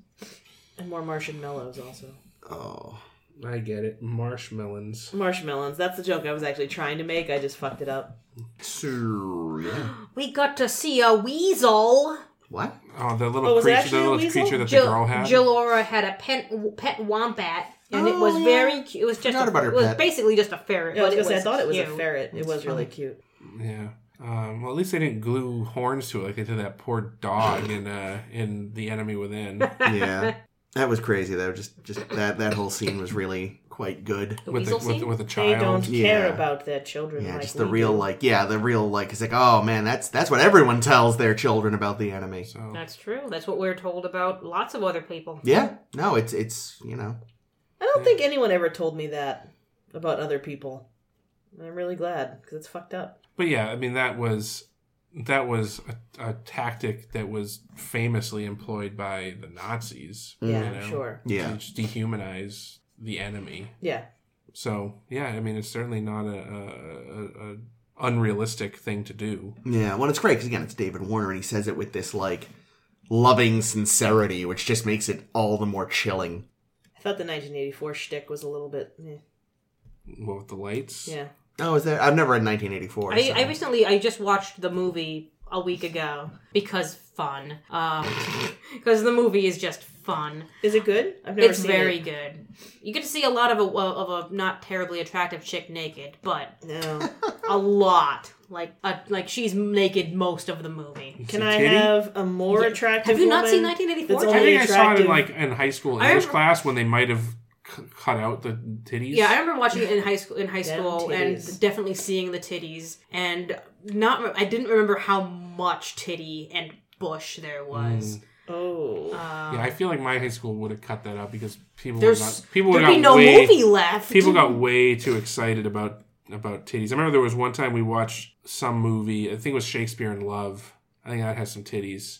[SPEAKER 4] And more Martian mellows also.
[SPEAKER 3] Oh.
[SPEAKER 1] I get it. Marshmallows.
[SPEAKER 4] Marshmallows. That's the joke I was actually trying to make. I just fucked it up.
[SPEAKER 3] So, yeah.
[SPEAKER 5] We got to see a weasel.
[SPEAKER 3] What?
[SPEAKER 1] Oh, the
[SPEAKER 4] Oh,
[SPEAKER 1] little
[SPEAKER 4] was
[SPEAKER 1] creature,
[SPEAKER 4] it actually
[SPEAKER 1] the
[SPEAKER 4] a
[SPEAKER 1] little
[SPEAKER 4] weasel?
[SPEAKER 1] creature that the girl had.
[SPEAKER 5] Jillora had a pet pet wombat, and it was
[SPEAKER 3] Oh, yeah.
[SPEAKER 5] very. cu- It was just.
[SPEAKER 3] Forgot
[SPEAKER 5] A,
[SPEAKER 3] about her
[SPEAKER 5] it was
[SPEAKER 3] pet.
[SPEAKER 5] basically just a ferret.
[SPEAKER 4] Yeah, I, was
[SPEAKER 5] but
[SPEAKER 4] gonna say, I thought it was a
[SPEAKER 5] cute.
[SPEAKER 4] ferret. It was really cute.
[SPEAKER 1] yeah. Um, well, at least they didn't glue horns to it like they did that poor dog in uh, in The Enemy Within
[SPEAKER 3] Yeah. that was crazy, though. Just, just that, that whole scene was really quite good.
[SPEAKER 5] The
[SPEAKER 1] with, the,
[SPEAKER 5] weasel
[SPEAKER 1] with,
[SPEAKER 5] scene?
[SPEAKER 1] with a
[SPEAKER 4] They don't
[SPEAKER 1] child.
[SPEAKER 4] care
[SPEAKER 3] Yeah.
[SPEAKER 4] about their children.
[SPEAKER 3] Yeah,
[SPEAKER 4] like
[SPEAKER 3] just the
[SPEAKER 4] we
[SPEAKER 3] real
[SPEAKER 4] do.
[SPEAKER 3] like, yeah, the real like. It's like, oh man, that's that's what everyone tells their children about the enemy.
[SPEAKER 1] So
[SPEAKER 5] That's true. That's what we're told about lots of other people.
[SPEAKER 3] Yeah, no, it's it's you know,
[SPEAKER 4] I don't think anyone ever told me that about other people. And I'm really glad because it's fucked up.
[SPEAKER 1] But yeah, I mean that was that was a, a tactic that was famously employed by the Nazis.
[SPEAKER 3] Mm.
[SPEAKER 4] Yeah,
[SPEAKER 1] you
[SPEAKER 4] I'm
[SPEAKER 1] know,
[SPEAKER 4] sure.
[SPEAKER 1] to
[SPEAKER 3] yeah,
[SPEAKER 1] just dehumanize the enemy.
[SPEAKER 4] Yeah,
[SPEAKER 1] So yeah, I mean it's certainly not a, a, a, a unrealistic thing to do.
[SPEAKER 3] yeah. Well, it's great because again, it's David Warner, and he says it with this like loving sincerity, which just makes it all the more chilling.
[SPEAKER 4] I thought the 1984 shtick was a little bit. eh,
[SPEAKER 1] What with the lights?
[SPEAKER 4] Yeah,
[SPEAKER 3] Oh, is that? I've never read 1984.
[SPEAKER 5] I,
[SPEAKER 3] so-
[SPEAKER 5] I recently I just watched the movie a week ago because fun. Because the movie is just fun.
[SPEAKER 4] is it good? I've never
[SPEAKER 5] it's
[SPEAKER 4] seen
[SPEAKER 5] very
[SPEAKER 4] it.
[SPEAKER 5] good. You get to see a lot of a of a not terribly attractive chick naked, but
[SPEAKER 4] No.
[SPEAKER 5] a lot. Like a, like she's naked most of the movie.
[SPEAKER 1] It's
[SPEAKER 4] Can
[SPEAKER 1] a
[SPEAKER 4] I
[SPEAKER 1] titty?
[SPEAKER 4] have a more attractive?
[SPEAKER 5] Have you not
[SPEAKER 4] woman
[SPEAKER 5] seen
[SPEAKER 4] that's
[SPEAKER 5] 1984?
[SPEAKER 1] I
[SPEAKER 4] only
[SPEAKER 1] think I saw it in
[SPEAKER 4] attractive-
[SPEAKER 1] like in high school
[SPEAKER 5] I
[SPEAKER 1] English
[SPEAKER 5] remember-
[SPEAKER 1] class when they might have c- cut out the titties.
[SPEAKER 5] Yeah, I remember watching it in high school. In high
[SPEAKER 4] Them
[SPEAKER 5] school,
[SPEAKER 4] titties.
[SPEAKER 5] and definitely seeing the titties, and not. I didn't remember how much titty and bush there
[SPEAKER 1] Mm.
[SPEAKER 5] was.
[SPEAKER 4] Oh,
[SPEAKER 1] yeah, I feel like my high school would have cut that out because people were
[SPEAKER 5] There's
[SPEAKER 1] not, people would
[SPEAKER 5] there'd
[SPEAKER 1] got
[SPEAKER 5] be no
[SPEAKER 1] way
[SPEAKER 5] movie left.
[SPEAKER 1] people got way too excited about about titties. I remember there was one time we watched some movie. I think it was Shakespeare in Love. I think that had some titties,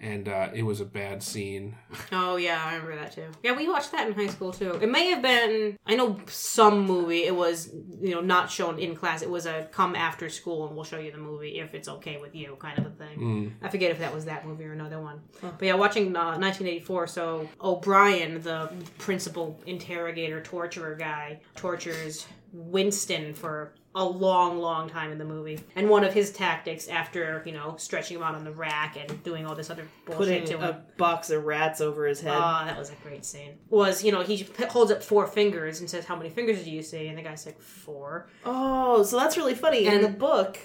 [SPEAKER 1] and uh, it was a bad scene.
[SPEAKER 5] Oh yeah, I remember that too. Yeah, we watched that in high school too. It may have been I know some movie it was you know not shown in class. It was a come after school and we'll show you the movie if it's okay with you kind of a thing. I forget if that was that movie or another one. But yeah, watching uh, 1984. So O'Brien, the principal interrogator torturer guy, tortures Winston for a long, long time in the movie. And one of his tactics after you know stretching him out on the rack and doing all this other bullshit
[SPEAKER 4] putting
[SPEAKER 5] to him.
[SPEAKER 4] a box of rats over his head.
[SPEAKER 5] Oh, that was a great scene. Was, you know, he p- holds up four fingers and says, How many fingers do you see? And the guy's like, Four.
[SPEAKER 4] oh, so that's really funny. In
[SPEAKER 5] And-
[SPEAKER 4] the book,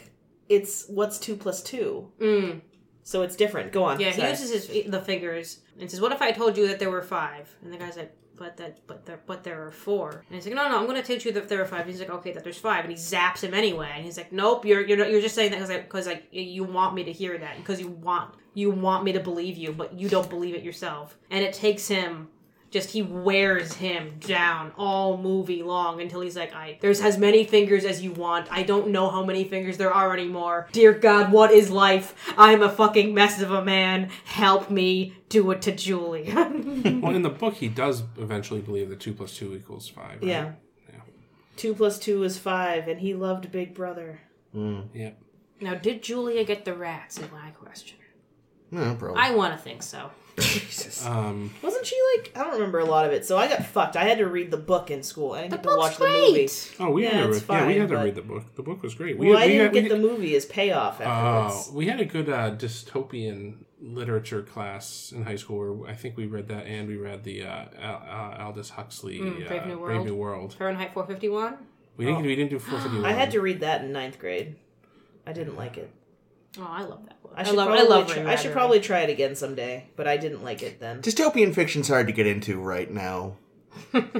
[SPEAKER 4] it's what's two plus two.
[SPEAKER 5] Mm.
[SPEAKER 4] So it's different. Go on.
[SPEAKER 5] Yeah,
[SPEAKER 4] sorry.
[SPEAKER 5] he uses his the fingers and says, What if I told you that there were five? And the guy's like, but that, but there, but there are four. And he's like, no, no, I'm gonna teach you that there are five. And he's like, okay, that there's five. And he zaps him anyway. And he's like, nope, you're you're not- you're just saying that because like, 'cause, like you want me to hear that because you want you want me to believe you, but you don't believe it yourself. And it takes him just he wears him down all movie long until he's like i there's as many fingers as you want i don't know how many fingers there are anymore dear god what is life i'm a fucking mess of a man help me do it to julie
[SPEAKER 1] well, in the book, he does eventually believe that two plus two equals five. right?
[SPEAKER 4] Yeah. Two plus two is five, and he loved Big Brother.
[SPEAKER 1] yeah.
[SPEAKER 5] now did julia get the rats is my question
[SPEAKER 3] No, oh, probably.
[SPEAKER 5] I want to think so.
[SPEAKER 3] Jesus.
[SPEAKER 1] Um,
[SPEAKER 4] Wasn't she like? I don't remember a lot of it, so I got fucked. I had to read the book in school. I didn't
[SPEAKER 5] The
[SPEAKER 4] get to
[SPEAKER 5] book's
[SPEAKER 4] watch the movie.
[SPEAKER 5] great.
[SPEAKER 1] oh, we
[SPEAKER 4] Yeah,
[SPEAKER 1] had to
[SPEAKER 4] it's
[SPEAKER 1] read, yeah, we
[SPEAKER 4] fine,
[SPEAKER 1] had to
[SPEAKER 4] but-
[SPEAKER 1] read the book. The book was great. We,
[SPEAKER 4] Well, I
[SPEAKER 1] we
[SPEAKER 4] didn't
[SPEAKER 1] had, we
[SPEAKER 4] get the movie as payoff afterwards.
[SPEAKER 1] Oh, we had a good uh, dystopian literature class in high school where I think we read that and we read the uh, Al- uh, Aldous Huxley
[SPEAKER 4] Hmm,
[SPEAKER 5] Mm, Brave
[SPEAKER 1] uh,
[SPEAKER 5] New
[SPEAKER 1] Brave
[SPEAKER 5] World.
[SPEAKER 1] New World.
[SPEAKER 5] Fahrenheit 451.
[SPEAKER 1] We didn't we didn't do 451.
[SPEAKER 4] Oh. I had to read that in ninth grade. I didn't like it.
[SPEAKER 5] Oh, I love that book.
[SPEAKER 4] I
[SPEAKER 5] I,
[SPEAKER 4] should
[SPEAKER 5] love. I
[SPEAKER 4] probably
[SPEAKER 5] love.
[SPEAKER 4] try-
[SPEAKER 5] Ray
[SPEAKER 4] I should
[SPEAKER 5] Bradbury.
[SPEAKER 4] probably try it again someday, but I didn't like it then.
[SPEAKER 3] Dystopian fiction's hard to get into right now,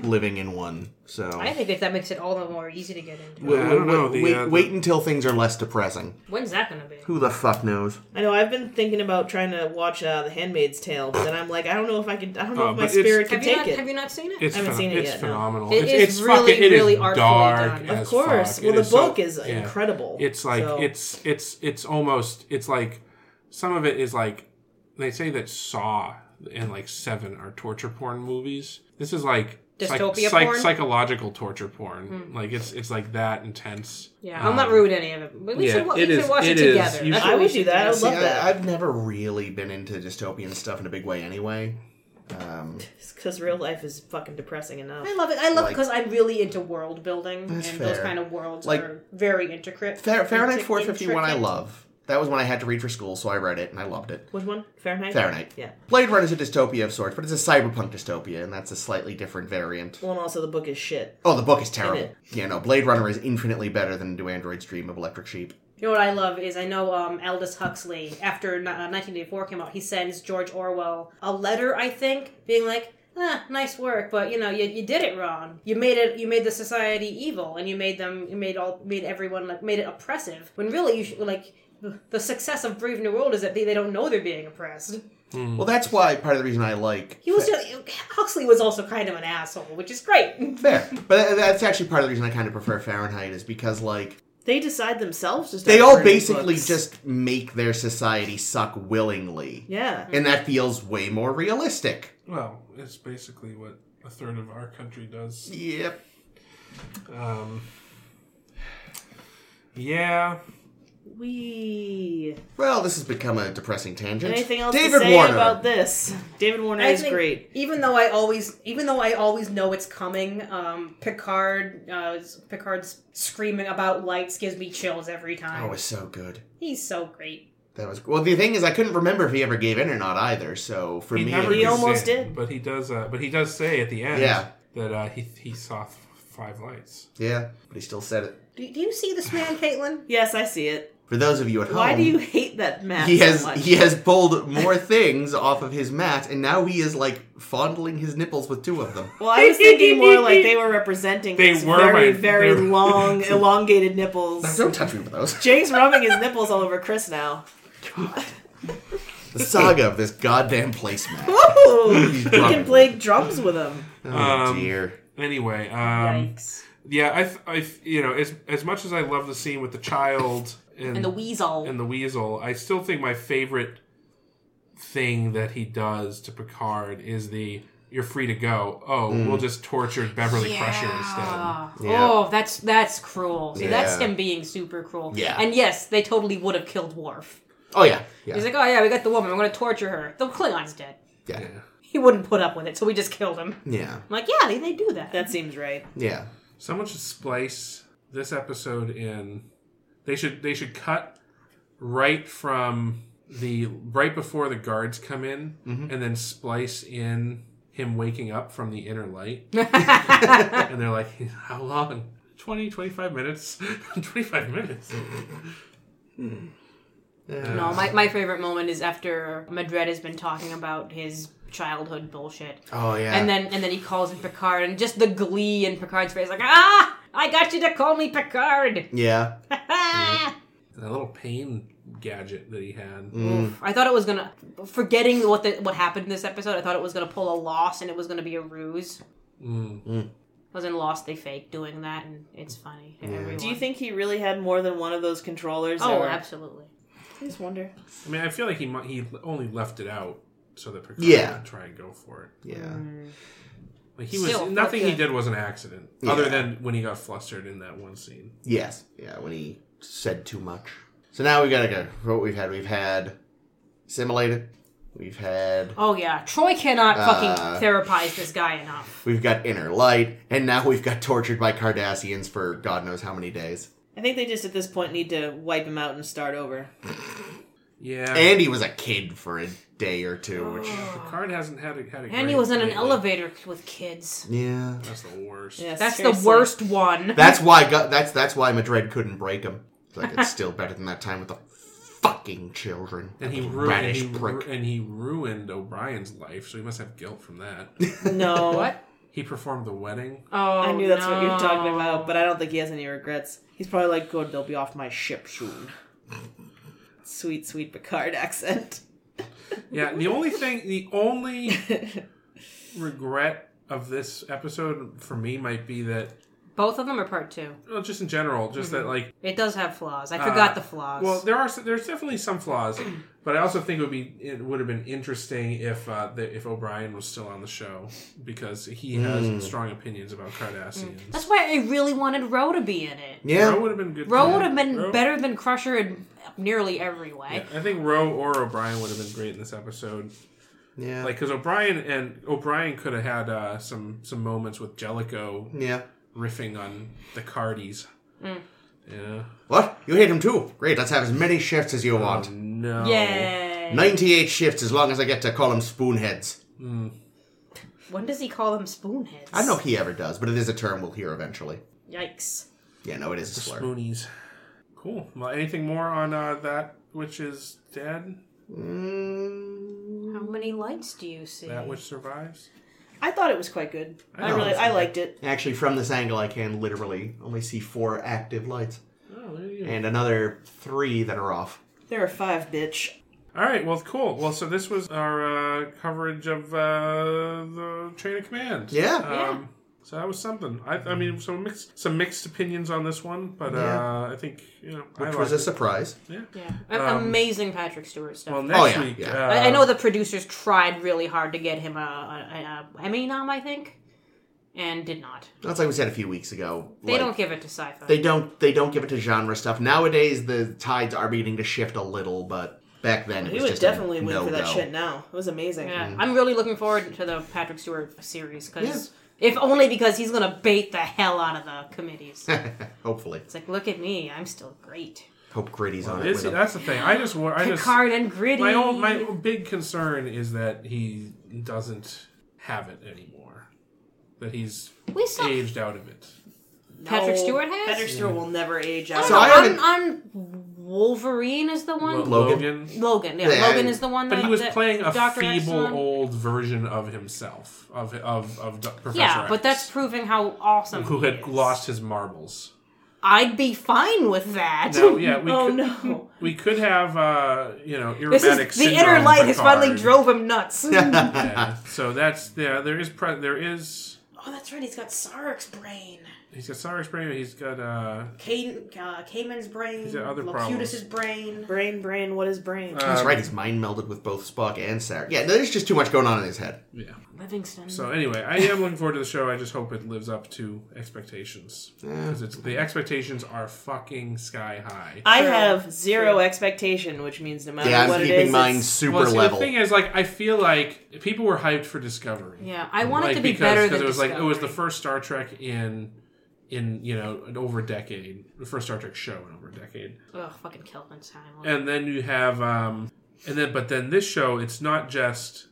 [SPEAKER 3] living in one. So
[SPEAKER 5] I think that that makes it all the more easy to get into.
[SPEAKER 3] Wait-
[SPEAKER 1] I don't know,
[SPEAKER 3] wait-
[SPEAKER 1] the,
[SPEAKER 3] wait,
[SPEAKER 1] uh, the-
[SPEAKER 3] wait until things are less depressing.
[SPEAKER 5] When's that gonna be?
[SPEAKER 3] Who the fuck knows?
[SPEAKER 4] I know I've been thinking about trying to watch uh, The Handmaid's Tale, but then I'm like, I don't know if I could. I don't know
[SPEAKER 1] Oh,
[SPEAKER 4] if my
[SPEAKER 1] but it's-
[SPEAKER 4] spirit can
[SPEAKER 5] Have you
[SPEAKER 4] take
[SPEAKER 5] not?
[SPEAKER 4] it.
[SPEAKER 5] Have you not seen it?
[SPEAKER 1] It's
[SPEAKER 4] I haven't
[SPEAKER 1] phen-
[SPEAKER 4] seen it
[SPEAKER 1] it's
[SPEAKER 4] yet, no.
[SPEAKER 1] phenomenal.
[SPEAKER 5] It
[SPEAKER 1] it's,
[SPEAKER 5] is
[SPEAKER 1] it's
[SPEAKER 5] really,
[SPEAKER 1] fucking, it is
[SPEAKER 5] really artfully
[SPEAKER 1] dark
[SPEAKER 5] done.
[SPEAKER 1] as
[SPEAKER 4] of course.
[SPEAKER 1] fuck.
[SPEAKER 4] Well,
[SPEAKER 1] It
[SPEAKER 4] the
[SPEAKER 1] is so-
[SPEAKER 4] book is
[SPEAKER 1] yeah.
[SPEAKER 4] incredible.
[SPEAKER 1] It's like
[SPEAKER 4] so-
[SPEAKER 1] it's it's it's almost it's like some of it is like they say that Saw and like Seven are torture porn movies. This is like psych-
[SPEAKER 5] Dystopia
[SPEAKER 1] psych-
[SPEAKER 5] porn?
[SPEAKER 1] psychological torture porn.
[SPEAKER 4] Hmm.
[SPEAKER 1] Like it's it's like that intense.
[SPEAKER 5] Yeah, I'll not ruin any of it. But we
[SPEAKER 1] yeah,
[SPEAKER 5] should, wa- we
[SPEAKER 1] it
[SPEAKER 5] should
[SPEAKER 1] is-
[SPEAKER 5] watch it,
[SPEAKER 1] it is.
[SPEAKER 5] together.
[SPEAKER 1] You
[SPEAKER 5] That's
[SPEAKER 1] should-
[SPEAKER 5] what
[SPEAKER 4] I
[SPEAKER 5] we
[SPEAKER 4] would do
[SPEAKER 5] should
[SPEAKER 4] that. I would
[SPEAKER 5] do.
[SPEAKER 3] See,
[SPEAKER 4] love that.
[SPEAKER 3] I, I've never really been into dystopian stuff in a big way anyway. Um,
[SPEAKER 4] because real life is fucking depressing enough.
[SPEAKER 2] I love it. I love it
[SPEAKER 3] Like-
[SPEAKER 2] because I'm really into world building, and
[SPEAKER 3] That's
[SPEAKER 2] those
[SPEAKER 3] fair.
[SPEAKER 2] kind of worlds
[SPEAKER 3] Like-
[SPEAKER 2] are very intricate.
[SPEAKER 3] Fa- Fahrenheit
[SPEAKER 2] Intric-
[SPEAKER 3] 451 I
[SPEAKER 2] intricate.
[SPEAKER 3] love. That was one I had to read for school, so I read it and I loved it.
[SPEAKER 4] Which one? Fahrenheit.
[SPEAKER 3] Fahrenheit.
[SPEAKER 4] Yeah.
[SPEAKER 3] Blade Runner is a dystopia of sorts, but it's a cyberpunk dystopia, and that's a slightly different variant.
[SPEAKER 4] Well, and also the book is shit.
[SPEAKER 3] Oh, the book is
[SPEAKER 4] In
[SPEAKER 3] terrible.
[SPEAKER 4] it.
[SPEAKER 3] Yeah, no, Blade Runner is infinitely better than Do Androids Dream of Electric Sheep.
[SPEAKER 2] You know what I love is I know um, Aldous Huxley after ni- uh, 1984 came out, he sends George Orwell a letter, I think, being like, "Ah, nice work, but you know you, you did it wrong. You made it. You made the society evil, and you made them. You made all made everyone like made it oppressive. When really you should like." The success of Brave New World is that they, they don't know they're being oppressed.
[SPEAKER 4] Mm.
[SPEAKER 3] Well, that's why part of the reason I like
[SPEAKER 2] He was
[SPEAKER 3] Fa-
[SPEAKER 2] Huxley was also kind of an asshole, which is great.
[SPEAKER 3] fair, but tha- that's actually part of the reason I kind of prefer Fahrenheit is because like
[SPEAKER 4] They decide themselves. Just
[SPEAKER 3] they all basically just make their society suck willingly,
[SPEAKER 4] Yeah.
[SPEAKER 3] and that feels way more realistic.
[SPEAKER 1] Well, it's basically what a third of our country does.
[SPEAKER 3] Yep.
[SPEAKER 1] Um, yeah,
[SPEAKER 4] We.
[SPEAKER 3] Well, this has become a depressing tangent.
[SPEAKER 4] Anything else
[SPEAKER 3] David
[SPEAKER 4] to say
[SPEAKER 3] Warner.
[SPEAKER 4] about this? David Warner
[SPEAKER 2] I
[SPEAKER 4] is
[SPEAKER 2] think
[SPEAKER 4] great.
[SPEAKER 2] Even though I always, even though I always know it's coming, um, Picard, uh, Picard's screaming about lights gives me chills every
[SPEAKER 3] That
[SPEAKER 2] time.
[SPEAKER 3] was so good.
[SPEAKER 2] He's so great.
[SPEAKER 3] That was well. The thing is, I couldn't remember if he ever gave in or not either. So for me,
[SPEAKER 1] never
[SPEAKER 3] it
[SPEAKER 4] He
[SPEAKER 3] was-
[SPEAKER 1] gives
[SPEAKER 4] almost
[SPEAKER 1] in,
[SPEAKER 4] did.
[SPEAKER 1] but he does. Uh, but he does say at the end
[SPEAKER 3] Yeah.
[SPEAKER 1] that uh, he he saw f- five lights.
[SPEAKER 3] yeah, but he still said it.
[SPEAKER 2] Do, do you see this man, Caitlin?
[SPEAKER 4] Yes, I see it.
[SPEAKER 3] For those of you at home,
[SPEAKER 4] Why do you hate that map?
[SPEAKER 3] Oh. he
[SPEAKER 4] so
[SPEAKER 3] has
[SPEAKER 4] much?
[SPEAKER 3] he has pulled more things off of his mat, and now he is like fondling his nipples with two of them.
[SPEAKER 4] Well, I was thinking more like they were representing
[SPEAKER 1] They
[SPEAKER 4] his
[SPEAKER 1] were
[SPEAKER 4] very,
[SPEAKER 1] my-
[SPEAKER 4] very
[SPEAKER 1] they're-
[SPEAKER 4] long, elongated nipples.
[SPEAKER 3] Don't touch me with those.
[SPEAKER 4] Jake's rubbing his nipples all over Chris now.
[SPEAKER 3] The saga of this goddamn placemat.
[SPEAKER 4] Woo!
[SPEAKER 3] He's
[SPEAKER 4] he
[SPEAKER 3] drumming.
[SPEAKER 4] can play drums with him.
[SPEAKER 3] Oh
[SPEAKER 1] Um,
[SPEAKER 3] dear.
[SPEAKER 1] Anyway, um, yeah, I, th- I, th- you know, as as much as I love the scene with the child and,
[SPEAKER 5] And the weasel.
[SPEAKER 1] and the weasel, I still think my favorite thing that he does to Picard is the "You're free to go." Oh,
[SPEAKER 3] Mm.
[SPEAKER 1] we'll just torture Beverly Crusher instead.
[SPEAKER 5] Ah.
[SPEAKER 3] Yeah.
[SPEAKER 5] Oh, that's that's cruel. See, that's
[SPEAKER 3] Yeah.
[SPEAKER 5] him being super cruel.
[SPEAKER 3] Yeah.
[SPEAKER 5] And yes, they totally would have killed Worf.
[SPEAKER 3] Oh yeah. Yeah.
[SPEAKER 5] He's like, oh yeah, we got the woman. I'm going to torture her. The Klingon's dead.
[SPEAKER 3] yeah.
[SPEAKER 5] He wouldn't put up with it, so we just killed him. I'm
[SPEAKER 3] Yeah.
[SPEAKER 5] like, yeah, they, they do that.
[SPEAKER 4] That seems right.
[SPEAKER 3] Yeah.
[SPEAKER 1] Someone should splice this episode in. They should they should cut right from the right before the guards come in, and then splice in him waking up from the inner light. and they're like, how long? 20, 25 minutes. 25 minutes.
[SPEAKER 5] No, my, my favorite moment is after Madred has been talking about his childhood bullshit.
[SPEAKER 3] Oh yeah.
[SPEAKER 5] And then and then he calls in Picard and just the glee in Picard's face, like, ah, I got you to call me Picard. Ah.
[SPEAKER 3] yeah.
[SPEAKER 1] That little pain gadget that he had.
[SPEAKER 3] Mm.
[SPEAKER 5] I thought it was gonna forgetting what the, what happened in this episode, I thought it was gonna pull a loss and it was gonna be a ruse.
[SPEAKER 1] Mm.
[SPEAKER 5] was in Lost they fake doing that and it's funny. to everyone.
[SPEAKER 4] Do you think he really had more than one of those controllers?
[SPEAKER 5] Oh
[SPEAKER 4] or-
[SPEAKER 5] absolutely.
[SPEAKER 4] I just wonder.
[SPEAKER 1] I mean, I feel like he mu- he only left it out so that Picard
[SPEAKER 3] Yeah.
[SPEAKER 1] would try and go for it.
[SPEAKER 3] Yeah.
[SPEAKER 1] Like he was
[SPEAKER 5] Still,
[SPEAKER 1] nothing
[SPEAKER 5] fuck
[SPEAKER 1] he
[SPEAKER 5] yeah.
[SPEAKER 1] did was an accident,
[SPEAKER 3] Yeah.
[SPEAKER 1] other than when he got flustered in that one scene.
[SPEAKER 3] Yes. Yeah. When he said too much. So now we've got to go. for What we've had. We've had Simulated. We've had.
[SPEAKER 5] Oh yeah, Troy cannot
[SPEAKER 3] Uh,
[SPEAKER 5] fucking therapize this guy enough.
[SPEAKER 3] We've got Inner Light, and now we've got Tortured by Cardassians for God knows how many days.
[SPEAKER 4] I think they just at this point need to wipe him out and start over.
[SPEAKER 1] Yeah.
[SPEAKER 3] Andy was a kid for a day or two, which.
[SPEAKER 1] Picard hasn't had a had a.
[SPEAKER 5] And he
[SPEAKER 1] great
[SPEAKER 5] was in an
[SPEAKER 1] lately.
[SPEAKER 5] elevator with kids.
[SPEAKER 3] Yeah.
[SPEAKER 1] That's the worst.
[SPEAKER 4] Yeah,
[SPEAKER 5] That's
[SPEAKER 4] seriously.
[SPEAKER 5] the worst one.
[SPEAKER 3] That's why go- that's that's why Madrid couldn't break him. It's Like it's still better than that time with the fucking children.
[SPEAKER 1] And he
[SPEAKER 3] That
[SPEAKER 1] ruined and
[SPEAKER 3] radish
[SPEAKER 1] he, ru-
[SPEAKER 3] prick.
[SPEAKER 1] and he ruined O'Brien's life, so he must have guilt from that.
[SPEAKER 4] No,
[SPEAKER 5] What?
[SPEAKER 1] he performed the wedding.
[SPEAKER 5] Oh,
[SPEAKER 4] I knew that's what you
[SPEAKER 5] no.
[SPEAKER 4] were talking about, but I don't think he has any regrets. He's probably like, "Good, they'll be off my ship soon." sweet, sweet Picard accent.
[SPEAKER 1] Yeah, the only thing, the only regret of this episode for me might be that,
[SPEAKER 5] Both of them are part two.
[SPEAKER 1] well, just in general, just
[SPEAKER 5] Mm-hmm.
[SPEAKER 1] that like,
[SPEAKER 5] It does have flaws. I
[SPEAKER 1] Uh,
[SPEAKER 5] forgot the flaws.
[SPEAKER 1] well, there are there's definitely some flaws, but I also think it would be it would have been interesting if uh, the, if O'Brien was still on the show because he has strong opinions about Kardashians.
[SPEAKER 5] Hmm. that's why I really wanted Roe to be in it.
[SPEAKER 1] Roe
[SPEAKER 3] Yeah.
[SPEAKER 1] would have been good.
[SPEAKER 5] Roe
[SPEAKER 1] too.
[SPEAKER 5] would have been
[SPEAKER 1] Roe-
[SPEAKER 5] better than Crusher in nearly every way.
[SPEAKER 1] Yeah, I think Roe or O'Brien would have been great in this episode.
[SPEAKER 3] Yeah.
[SPEAKER 1] Like, because O'Brien and O'Brien could have had uh, some some moments with Jellicoe
[SPEAKER 3] yeah.
[SPEAKER 1] riffing on the Cardies.
[SPEAKER 5] Hmm.
[SPEAKER 1] Yeah.
[SPEAKER 3] What? You hate him too? Great, let's have as many shifts as you want.
[SPEAKER 1] No. Oh.
[SPEAKER 5] Yay.
[SPEAKER 3] 98 shifts as long as I get to call them spoonheads.
[SPEAKER 5] When does he call them spoonheads?
[SPEAKER 3] I don't know if he ever does, but it is a term we'll hear eventually.
[SPEAKER 5] Yikes.
[SPEAKER 3] Yeah, no, it is a slur.
[SPEAKER 1] Spoonies. Cool. Well, anything more on uh, that which is dead?
[SPEAKER 3] Mm,
[SPEAKER 5] How many lights do you see?
[SPEAKER 1] That which survives?
[SPEAKER 4] I thought it was quite good. I,
[SPEAKER 1] know.
[SPEAKER 4] really, I liked it.
[SPEAKER 3] actually, from this angle, I can literally only see four active lights
[SPEAKER 1] Oh, there you go.
[SPEAKER 3] and another three that are off.
[SPEAKER 4] There are five, bitch.
[SPEAKER 1] All right. Well, cool. Well, so this was our uh, coverage of uh, the chain of command.
[SPEAKER 3] Yeah.
[SPEAKER 1] Um, So that was something. I, I mean, some mixed some mixed opinions on this one, but
[SPEAKER 3] Yeah.
[SPEAKER 1] uh, I think you know I
[SPEAKER 3] Which was a
[SPEAKER 1] liked it.
[SPEAKER 3] surprise.
[SPEAKER 5] Yeah. A-
[SPEAKER 1] Um,
[SPEAKER 5] Amazing Patrick Stewart stuff.
[SPEAKER 1] Well, next
[SPEAKER 3] Oh, yeah,
[SPEAKER 1] week.
[SPEAKER 3] yeah.
[SPEAKER 1] Uh,
[SPEAKER 5] I, I know the producers tried really hard to get him a, a, a, a Emmy nom, I think, and did not.
[SPEAKER 3] That's like we said a few weeks ago.
[SPEAKER 5] They
[SPEAKER 3] like,
[SPEAKER 5] don't give it to sci-fi.
[SPEAKER 3] they don't they don't give it to genre stuff nowadays the tides are beginning to shift a little but back then it
[SPEAKER 4] We
[SPEAKER 3] was
[SPEAKER 4] would
[SPEAKER 3] just
[SPEAKER 4] definitely
[SPEAKER 3] a
[SPEAKER 4] win for that
[SPEAKER 3] no-go.
[SPEAKER 4] shit now. It was amazing.
[SPEAKER 5] yeah,
[SPEAKER 1] Mm.
[SPEAKER 5] I'm really looking forward to the Patrick Stewart series because, if only because he's gonna bait the hell out of the committees. it's
[SPEAKER 3] hopefully
[SPEAKER 5] like, look at me, I'm still great.
[SPEAKER 3] hope gritty's on it
[SPEAKER 1] it's-
[SPEAKER 3] with him.
[SPEAKER 1] that's the thing. I just wa- I just
[SPEAKER 5] Picard and gritty.
[SPEAKER 1] my own my big concern is that he doesn't have it anymore. That he's
[SPEAKER 5] we saw
[SPEAKER 1] aged out of it.
[SPEAKER 5] Patrick Stewart has.
[SPEAKER 4] Patrick Stewart will never age
[SPEAKER 5] I
[SPEAKER 4] out.
[SPEAKER 5] don't
[SPEAKER 3] So
[SPEAKER 5] know,
[SPEAKER 3] I
[SPEAKER 5] on,
[SPEAKER 3] haven't-
[SPEAKER 5] on Wolverine is the one.
[SPEAKER 1] Lo-
[SPEAKER 3] Logan.
[SPEAKER 5] Logan, yeah,
[SPEAKER 3] Yeah,
[SPEAKER 5] Logan
[SPEAKER 3] I-
[SPEAKER 5] is the one.
[SPEAKER 1] But
[SPEAKER 5] that,
[SPEAKER 1] he was
[SPEAKER 5] that
[SPEAKER 1] playing a
[SPEAKER 5] Dr. X
[SPEAKER 1] feeble
[SPEAKER 5] on.
[SPEAKER 1] old version of himself of of of Do- Professor
[SPEAKER 5] Yeah,
[SPEAKER 1] X,
[SPEAKER 5] but that's proving how awesome.
[SPEAKER 1] who
[SPEAKER 5] he
[SPEAKER 1] had
[SPEAKER 5] is.
[SPEAKER 1] lost his marbles.
[SPEAKER 5] I'd be fine with that.
[SPEAKER 1] Now, yeah, we
[SPEAKER 4] oh
[SPEAKER 1] could,
[SPEAKER 4] no!
[SPEAKER 1] we could have uh, you know
[SPEAKER 5] This
[SPEAKER 1] aromatic
[SPEAKER 5] is the inner light has finally drove him nuts.
[SPEAKER 1] Yeah, so that's yeah. There is pre- there is
[SPEAKER 2] Oh, that's right. He's got Sarek's brain,
[SPEAKER 1] he's got Cyrus Brain. He's got uh,
[SPEAKER 2] Caden, uh, Cayman's brain,
[SPEAKER 1] He's got other
[SPEAKER 2] Locutus's brain.
[SPEAKER 4] Brain, brain. What is brain?
[SPEAKER 3] that's right he's mind melded with both spock and sarah yeah there's just too much going on in his head
[SPEAKER 1] yeah.
[SPEAKER 5] Livingston.
[SPEAKER 1] So anyway, I am looking forward to the show. I just hope it lives up to expectations because it's the expectations are fucking sky high.
[SPEAKER 4] I have zero expectation, which means no matter
[SPEAKER 3] yeah
[SPEAKER 4] what
[SPEAKER 3] i'm
[SPEAKER 4] it
[SPEAKER 3] keeping
[SPEAKER 4] is,
[SPEAKER 3] mine
[SPEAKER 4] it's-
[SPEAKER 3] super
[SPEAKER 1] well, see,
[SPEAKER 3] level
[SPEAKER 1] the thing is, like, I feel like people were hyped for Discovery.
[SPEAKER 5] yeah, I want
[SPEAKER 1] like,
[SPEAKER 5] it to be
[SPEAKER 1] because,
[SPEAKER 5] better
[SPEAKER 1] because
[SPEAKER 5] than
[SPEAKER 1] it was like it was the
[SPEAKER 5] Discovery.
[SPEAKER 1] first Star Trek in in you know an over a decade, the first Star Trek show in over a decade,
[SPEAKER 5] Ugh, fucking Kelvin's time.
[SPEAKER 1] and then you have um and then but then this show, it's not just.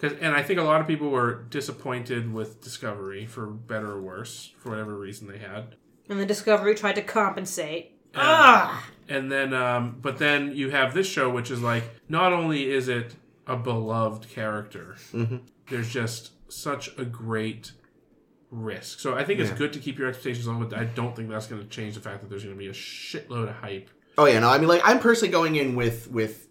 [SPEAKER 1] 'cause- And I think a lot of people were disappointed with Discovery for better or worse, for whatever reason they had.
[SPEAKER 5] and the Discovery tried to compensate.
[SPEAKER 1] And, and then, um, but then you have this show, which is like not only is it a beloved character, there's just such a great risk. So I think it's good to keep your expectations low, but I don't think that's going to change the fact that there's going to be a shitload of hype.
[SPEAKER 3] Oh yeah, no, I mean like I'm personally going in with with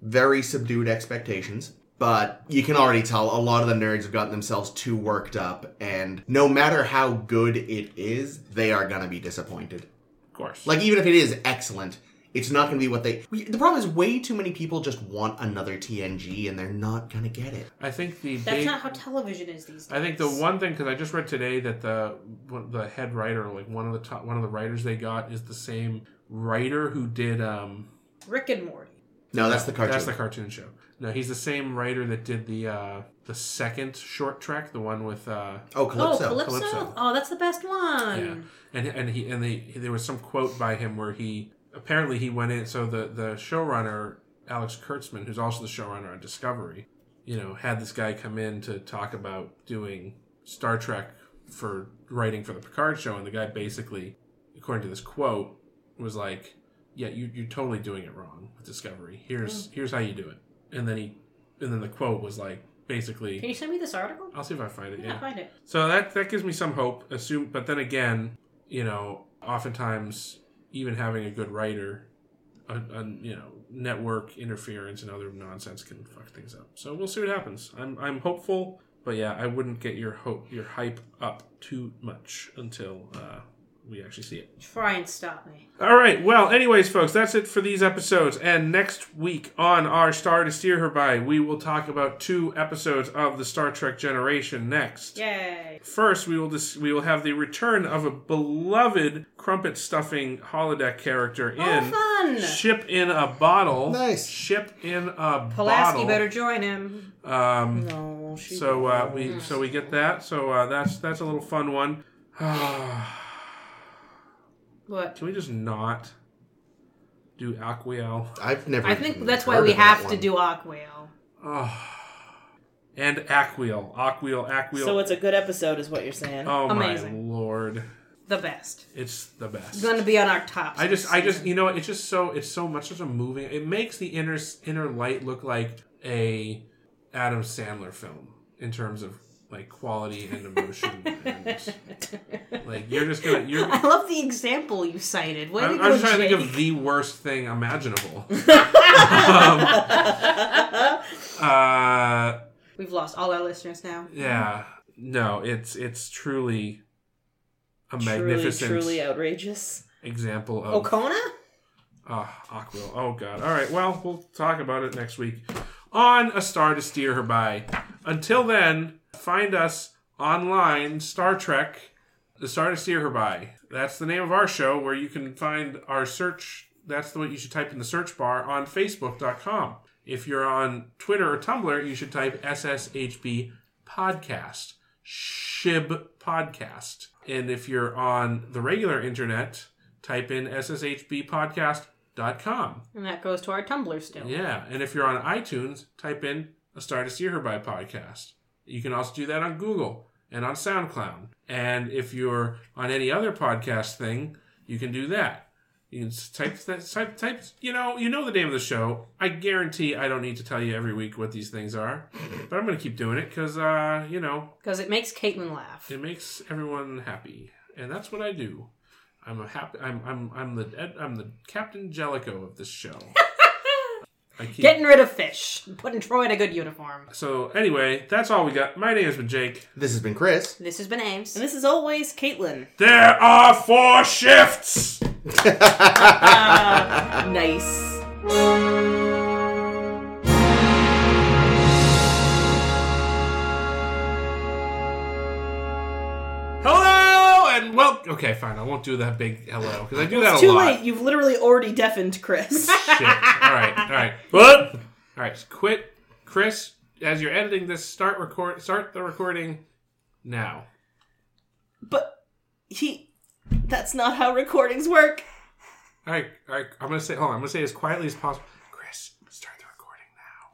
[SPEAKER 3] very subdued expectations, but you can already tell a lot of the nerds have gotten themselves too worked up and no matter how good it is, they are going to be disappointed.
[SPEAKER 1] Of course,
[SPEAKER 3] Like even if it is excellent, it's not going to be what they we- The problem is way too many people just want another TNG and they're not going to get it.
[SPEAKER 1] I think the
[SPEAKER 2] That's
[SPEAKER 1] big,
[SPEAKER 2] not how television is these days.
[SPEAKER 1] I think the one thing because I just read today that the one- the head writer, like one of the top, one of the writers they got is the same writer who did um
[SPEAKER 2] Rick and Morty.
[SPEAKER 3] No, that's the cartoon.
[SPEAKER 1] That's the cartoon show. No, he's the same writer that did the uh, the second short trek, the one with uh,
[SPEAKER 3] oh,
[SPEAKER 5] Oh,
[SPEAKER 3] Calypso.
[SPEAKER 5] Calypso.
[SPEAKER 1] Calypso.
[SPEAKER 5] Oh, that's the best one.
[SPEAKER 1] yeah, and and he and they there was some quote by him where he apparently he went in. So the the showrunner Alex Kurtzman, who's also the showrunner on Discovery, you know, had this guy come in to talk about doing Star Trek for writing for the Picard show, and the guy basically, according to this quote, was like, "Yeah, you, you're totally doing it wrong with Discovery. Here's
[SPEAKER 5] Mm.
[SPEAKER 1] here's how you do it." And then he, and then the quote was like,
[SPEAKER 5] Can
[SPEAKER 1] basically,
[SPEAKER 5] you send me this article?
[SPEAKER 1] "I'll see if I find it."
[SPEAKER 5] Yeah, find it.
[SPEAKER 1] So that that gives me some hope. Assume, but then again, you know, oftentimes even having a good writer, a, a, you know, network interference and other nonsense can fuck things up. So we'll see what happens. I'm I'm hopeful, but yeah, I wouldn't get your hope your hype up too much until uh, we actually see it.
[SPEAKER 5] Try and stop me.
[SPEAKER 1] All right. Well, anyways, folks, that's it for these episodes. And next week on our Star to Steer Her By, we will talk about two episodes of the Star Trek Generation next.
[SPEAKER 5] Yay.
[SPEAKER 1] First, we will dis- we will have the return of a beloved crumpet stuffing holodeck character in
[SPEAKER 5] fun.
[SPEAKER 1] ship in a bottle.
[SPEAKER 3] Nice.
[SPEAKER 1] ship in a bottle.
[SPEAKER 5] Pulaski better join him.
[SPEAKER 1] Um,
[SPEAKER 4] No, she
[SPEAKER 1] so uh, we so we get that. So uh, that's that's a little fun one. Can
[SPEAKER 5] What?
[SPEAKER 1] we just not do Aquiel?
[SPEAKER 3] I've never.
[SPEAKER 5] I think
[SPEAKER 3] even
[SPEAKER 5] that's why
[SPEAKER 3] heard
[SPEAKER 5] we
[SPEAKER 3] of that
[SPEAKER 5] have to
[SPEAKER 3] one.
[SPEAKER 5] do Aquail.
[SPEAKER 1] Oh. And Aquiel, Aquiel, Aquiel.
[SPEAKER 4] So it's a good episode, is what you're saying.
[SPEAKER 1] oh
[SPEAKER 5] amazing.
[SPEAKER 1] my lord,
[SPEAKER 5] The best.
[SPEAKER 1] it's the best.
[SPEAKER 5] It's going to be on our top.
[SPEAKER 1] I just, I just, you know, it's just so, it's so much such a moving. It makes the inner inner light look like a Adam Sandler film in terms of like quality and emotion. and, like you're just gonna, you're.
[SPEAKER 5] I love the example you cited. Way to
[SPEAKER 1] I'm,
[SPEAKER 5] go,
[SPEAKER 1] I'm just trying to
[SPEAKER 5] Jake.
[SPEAKER 1] think of the worst thing imaginable. um, uh,
[SPEAKER 5] We've lost all our listeners now.
[SPEAKER 1] yeah, no, it's it's truly a
[SPEAKER 4] truly,
[SPEAKER 1] magnificent Oh.
[SPEAKER 4] truly Oh, outrageous.
[SPEAKER 1] example of
[SPEAKER 4] Okona?
[SPEAKER 1] Ah, Aquil. Oh God. All right. Well, we'll talk about it next week on a star to steer her by. Until then, find us online. Star Trek, the star to steer her by. That's the name of our show where you can find our search. That's the what you should type in the search bar on Facebook.com. If you're on Twitter or Tumblr, you should type SSHB podcast. Shib podcast. And if you're on the regular internet, type in sshbpodcast.com.
[SPEAKER 5] And that goes to our Tumblr still.
[SPEAKER 1] Yeah. And if you're on iTunes, type in A Star to Steer Her By podcast. You can also do that on Google and on SoundCloud. And if you're on any other podcast thing, you can do that. You can s- type that type type you know, you know the name of the show. I guarantee I don't need to tell you every week what these things are. But I'm gonna keep doing it because uh, you know,
[SPEAKER 5] Because it makes Caitlin laugh.
[SPEAKER 1] it makes everyone happy, and that's what I do. I'm a happy. I'm I'm I'm the Ed- I'm the Captain Jellicoe of this show. I keep,
[SPEAKER 5] Getting rid of fish. Putting Troy in a good uniform.
[SPEAKER 1] so anyway, that's all we got. My name has been Jake.
[SPEAKER 3] This has been Chris.
[SPEAKER 5] This has been Ames.
[SPEAKER 4] And this is always Caitlin.
[SPEAKER 1] There are four shifts.
[SPEAKER 4] Ah, Nice.
[SPEAKER 1] Hello and welcome. Okay, fine. I won't do that big hello because I do that a
[SPEAKER 4] Too
[SPEAKER 1] lot.
[SPEAKER 4] late. You've literally already deafened Chris.
[SPEAKER 1] Shit. All right. All right. What? All right. so Quit, Chris. As you're editing this, start record. Start the recording now.
[SPEAKER 4] but he. That's not how recordings work.
[SPEAKER 1] All right, all right. I'm gonna say, hold on. I'm gonna say as quietly as possible. Chris, start the recording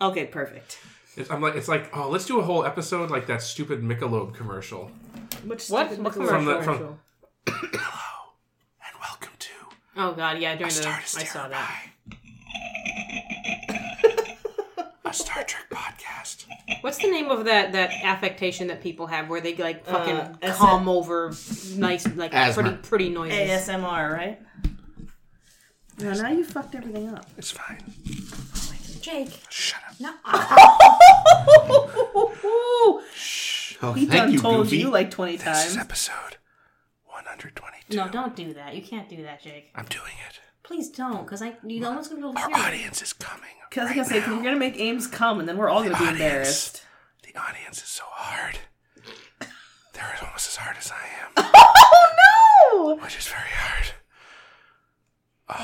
[SPEAKER 1] now.
[SPEAKER 4] Okay, perfect.
[SPEAKER 1] It's, I'm like, it's like, oh, let's do a whole episode like that stupid Michelob commercial.
[SPEAKER 4] Which
[SPEAKER 5] What?
[SPEAKER 4] stupid
[SPEAKER 5] What
[SPEAKER 4] Nicholas-
[SPEAKER 1] From the- from-
[SPEAKER 5] commercial?
[SPEAKER 1] And welcome to
[SPEAKER 5] Oh, God. Yeah, during the. I
[SPEAKER 1] Star to
[SPEAKER 5] saw
[SPEAKER 1] Steer
[SPEAKER 5] that.
[SPEAKER 1] By, a Star Trek podcast.
[SPEAKER 5] What's the name of that that affectation that people have where they like fucking
[SPEAKER 4] Uh, as-
[SPEAKER 5] calm over nice like
[SPEAKER 3] Asthma.
[SPEAKER 5] pretty pretty noises?
[SPEAKER 4] ASMR, right? No, now you fucked everything up.
[SPEAKER 1] It's fine.
[SPEAKER 5] Jake,
[SPEAKER 1] Shut up.
[SPEAKER 5] no.
[SPEAKER 3] Oh,
[SPEAKER 4] he
[SPEAKER 3] thank
[SPEAKER 4] done
[SPEAKER 3] you,
[SPEAKER 4] told
[SPEAKER 3] Goofy.
[SPEAKER 4] you like 20 times.
[SPEAKER 1] episode 122.
[SPEAKER 5] No, don't do that. You can't do that, Jake.
[SPEAKER 1] I'm doing it.
[SPEAKER 5] Please don't, because I you no one's gonna be able to hear. you.
[SPEAKER 1] audience is coming.
[SPEAKER 4] Because I was gonna say, you're gonna make Ames come, and then we're all gonna be
[SPEAKER 1] audience.
[SPEAKER 4] embarrassed.
[SPEAKER 1] The audience is so hard. They're almost as hard as I am.
[SPEAKER 4] Oh
[SPEAKER 1] which is very hard.
[SPEAKER 4] no!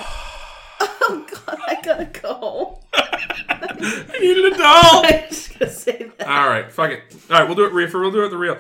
[SPEAKER 4] Oh god, I gotta go.
[SPEAKER 1] I needed a doll.
[SPEAKER 4] I'm just gonna say that.
[SPEAKER 1] All right, fuck it. All right, we'll do it real. We'll do it the real.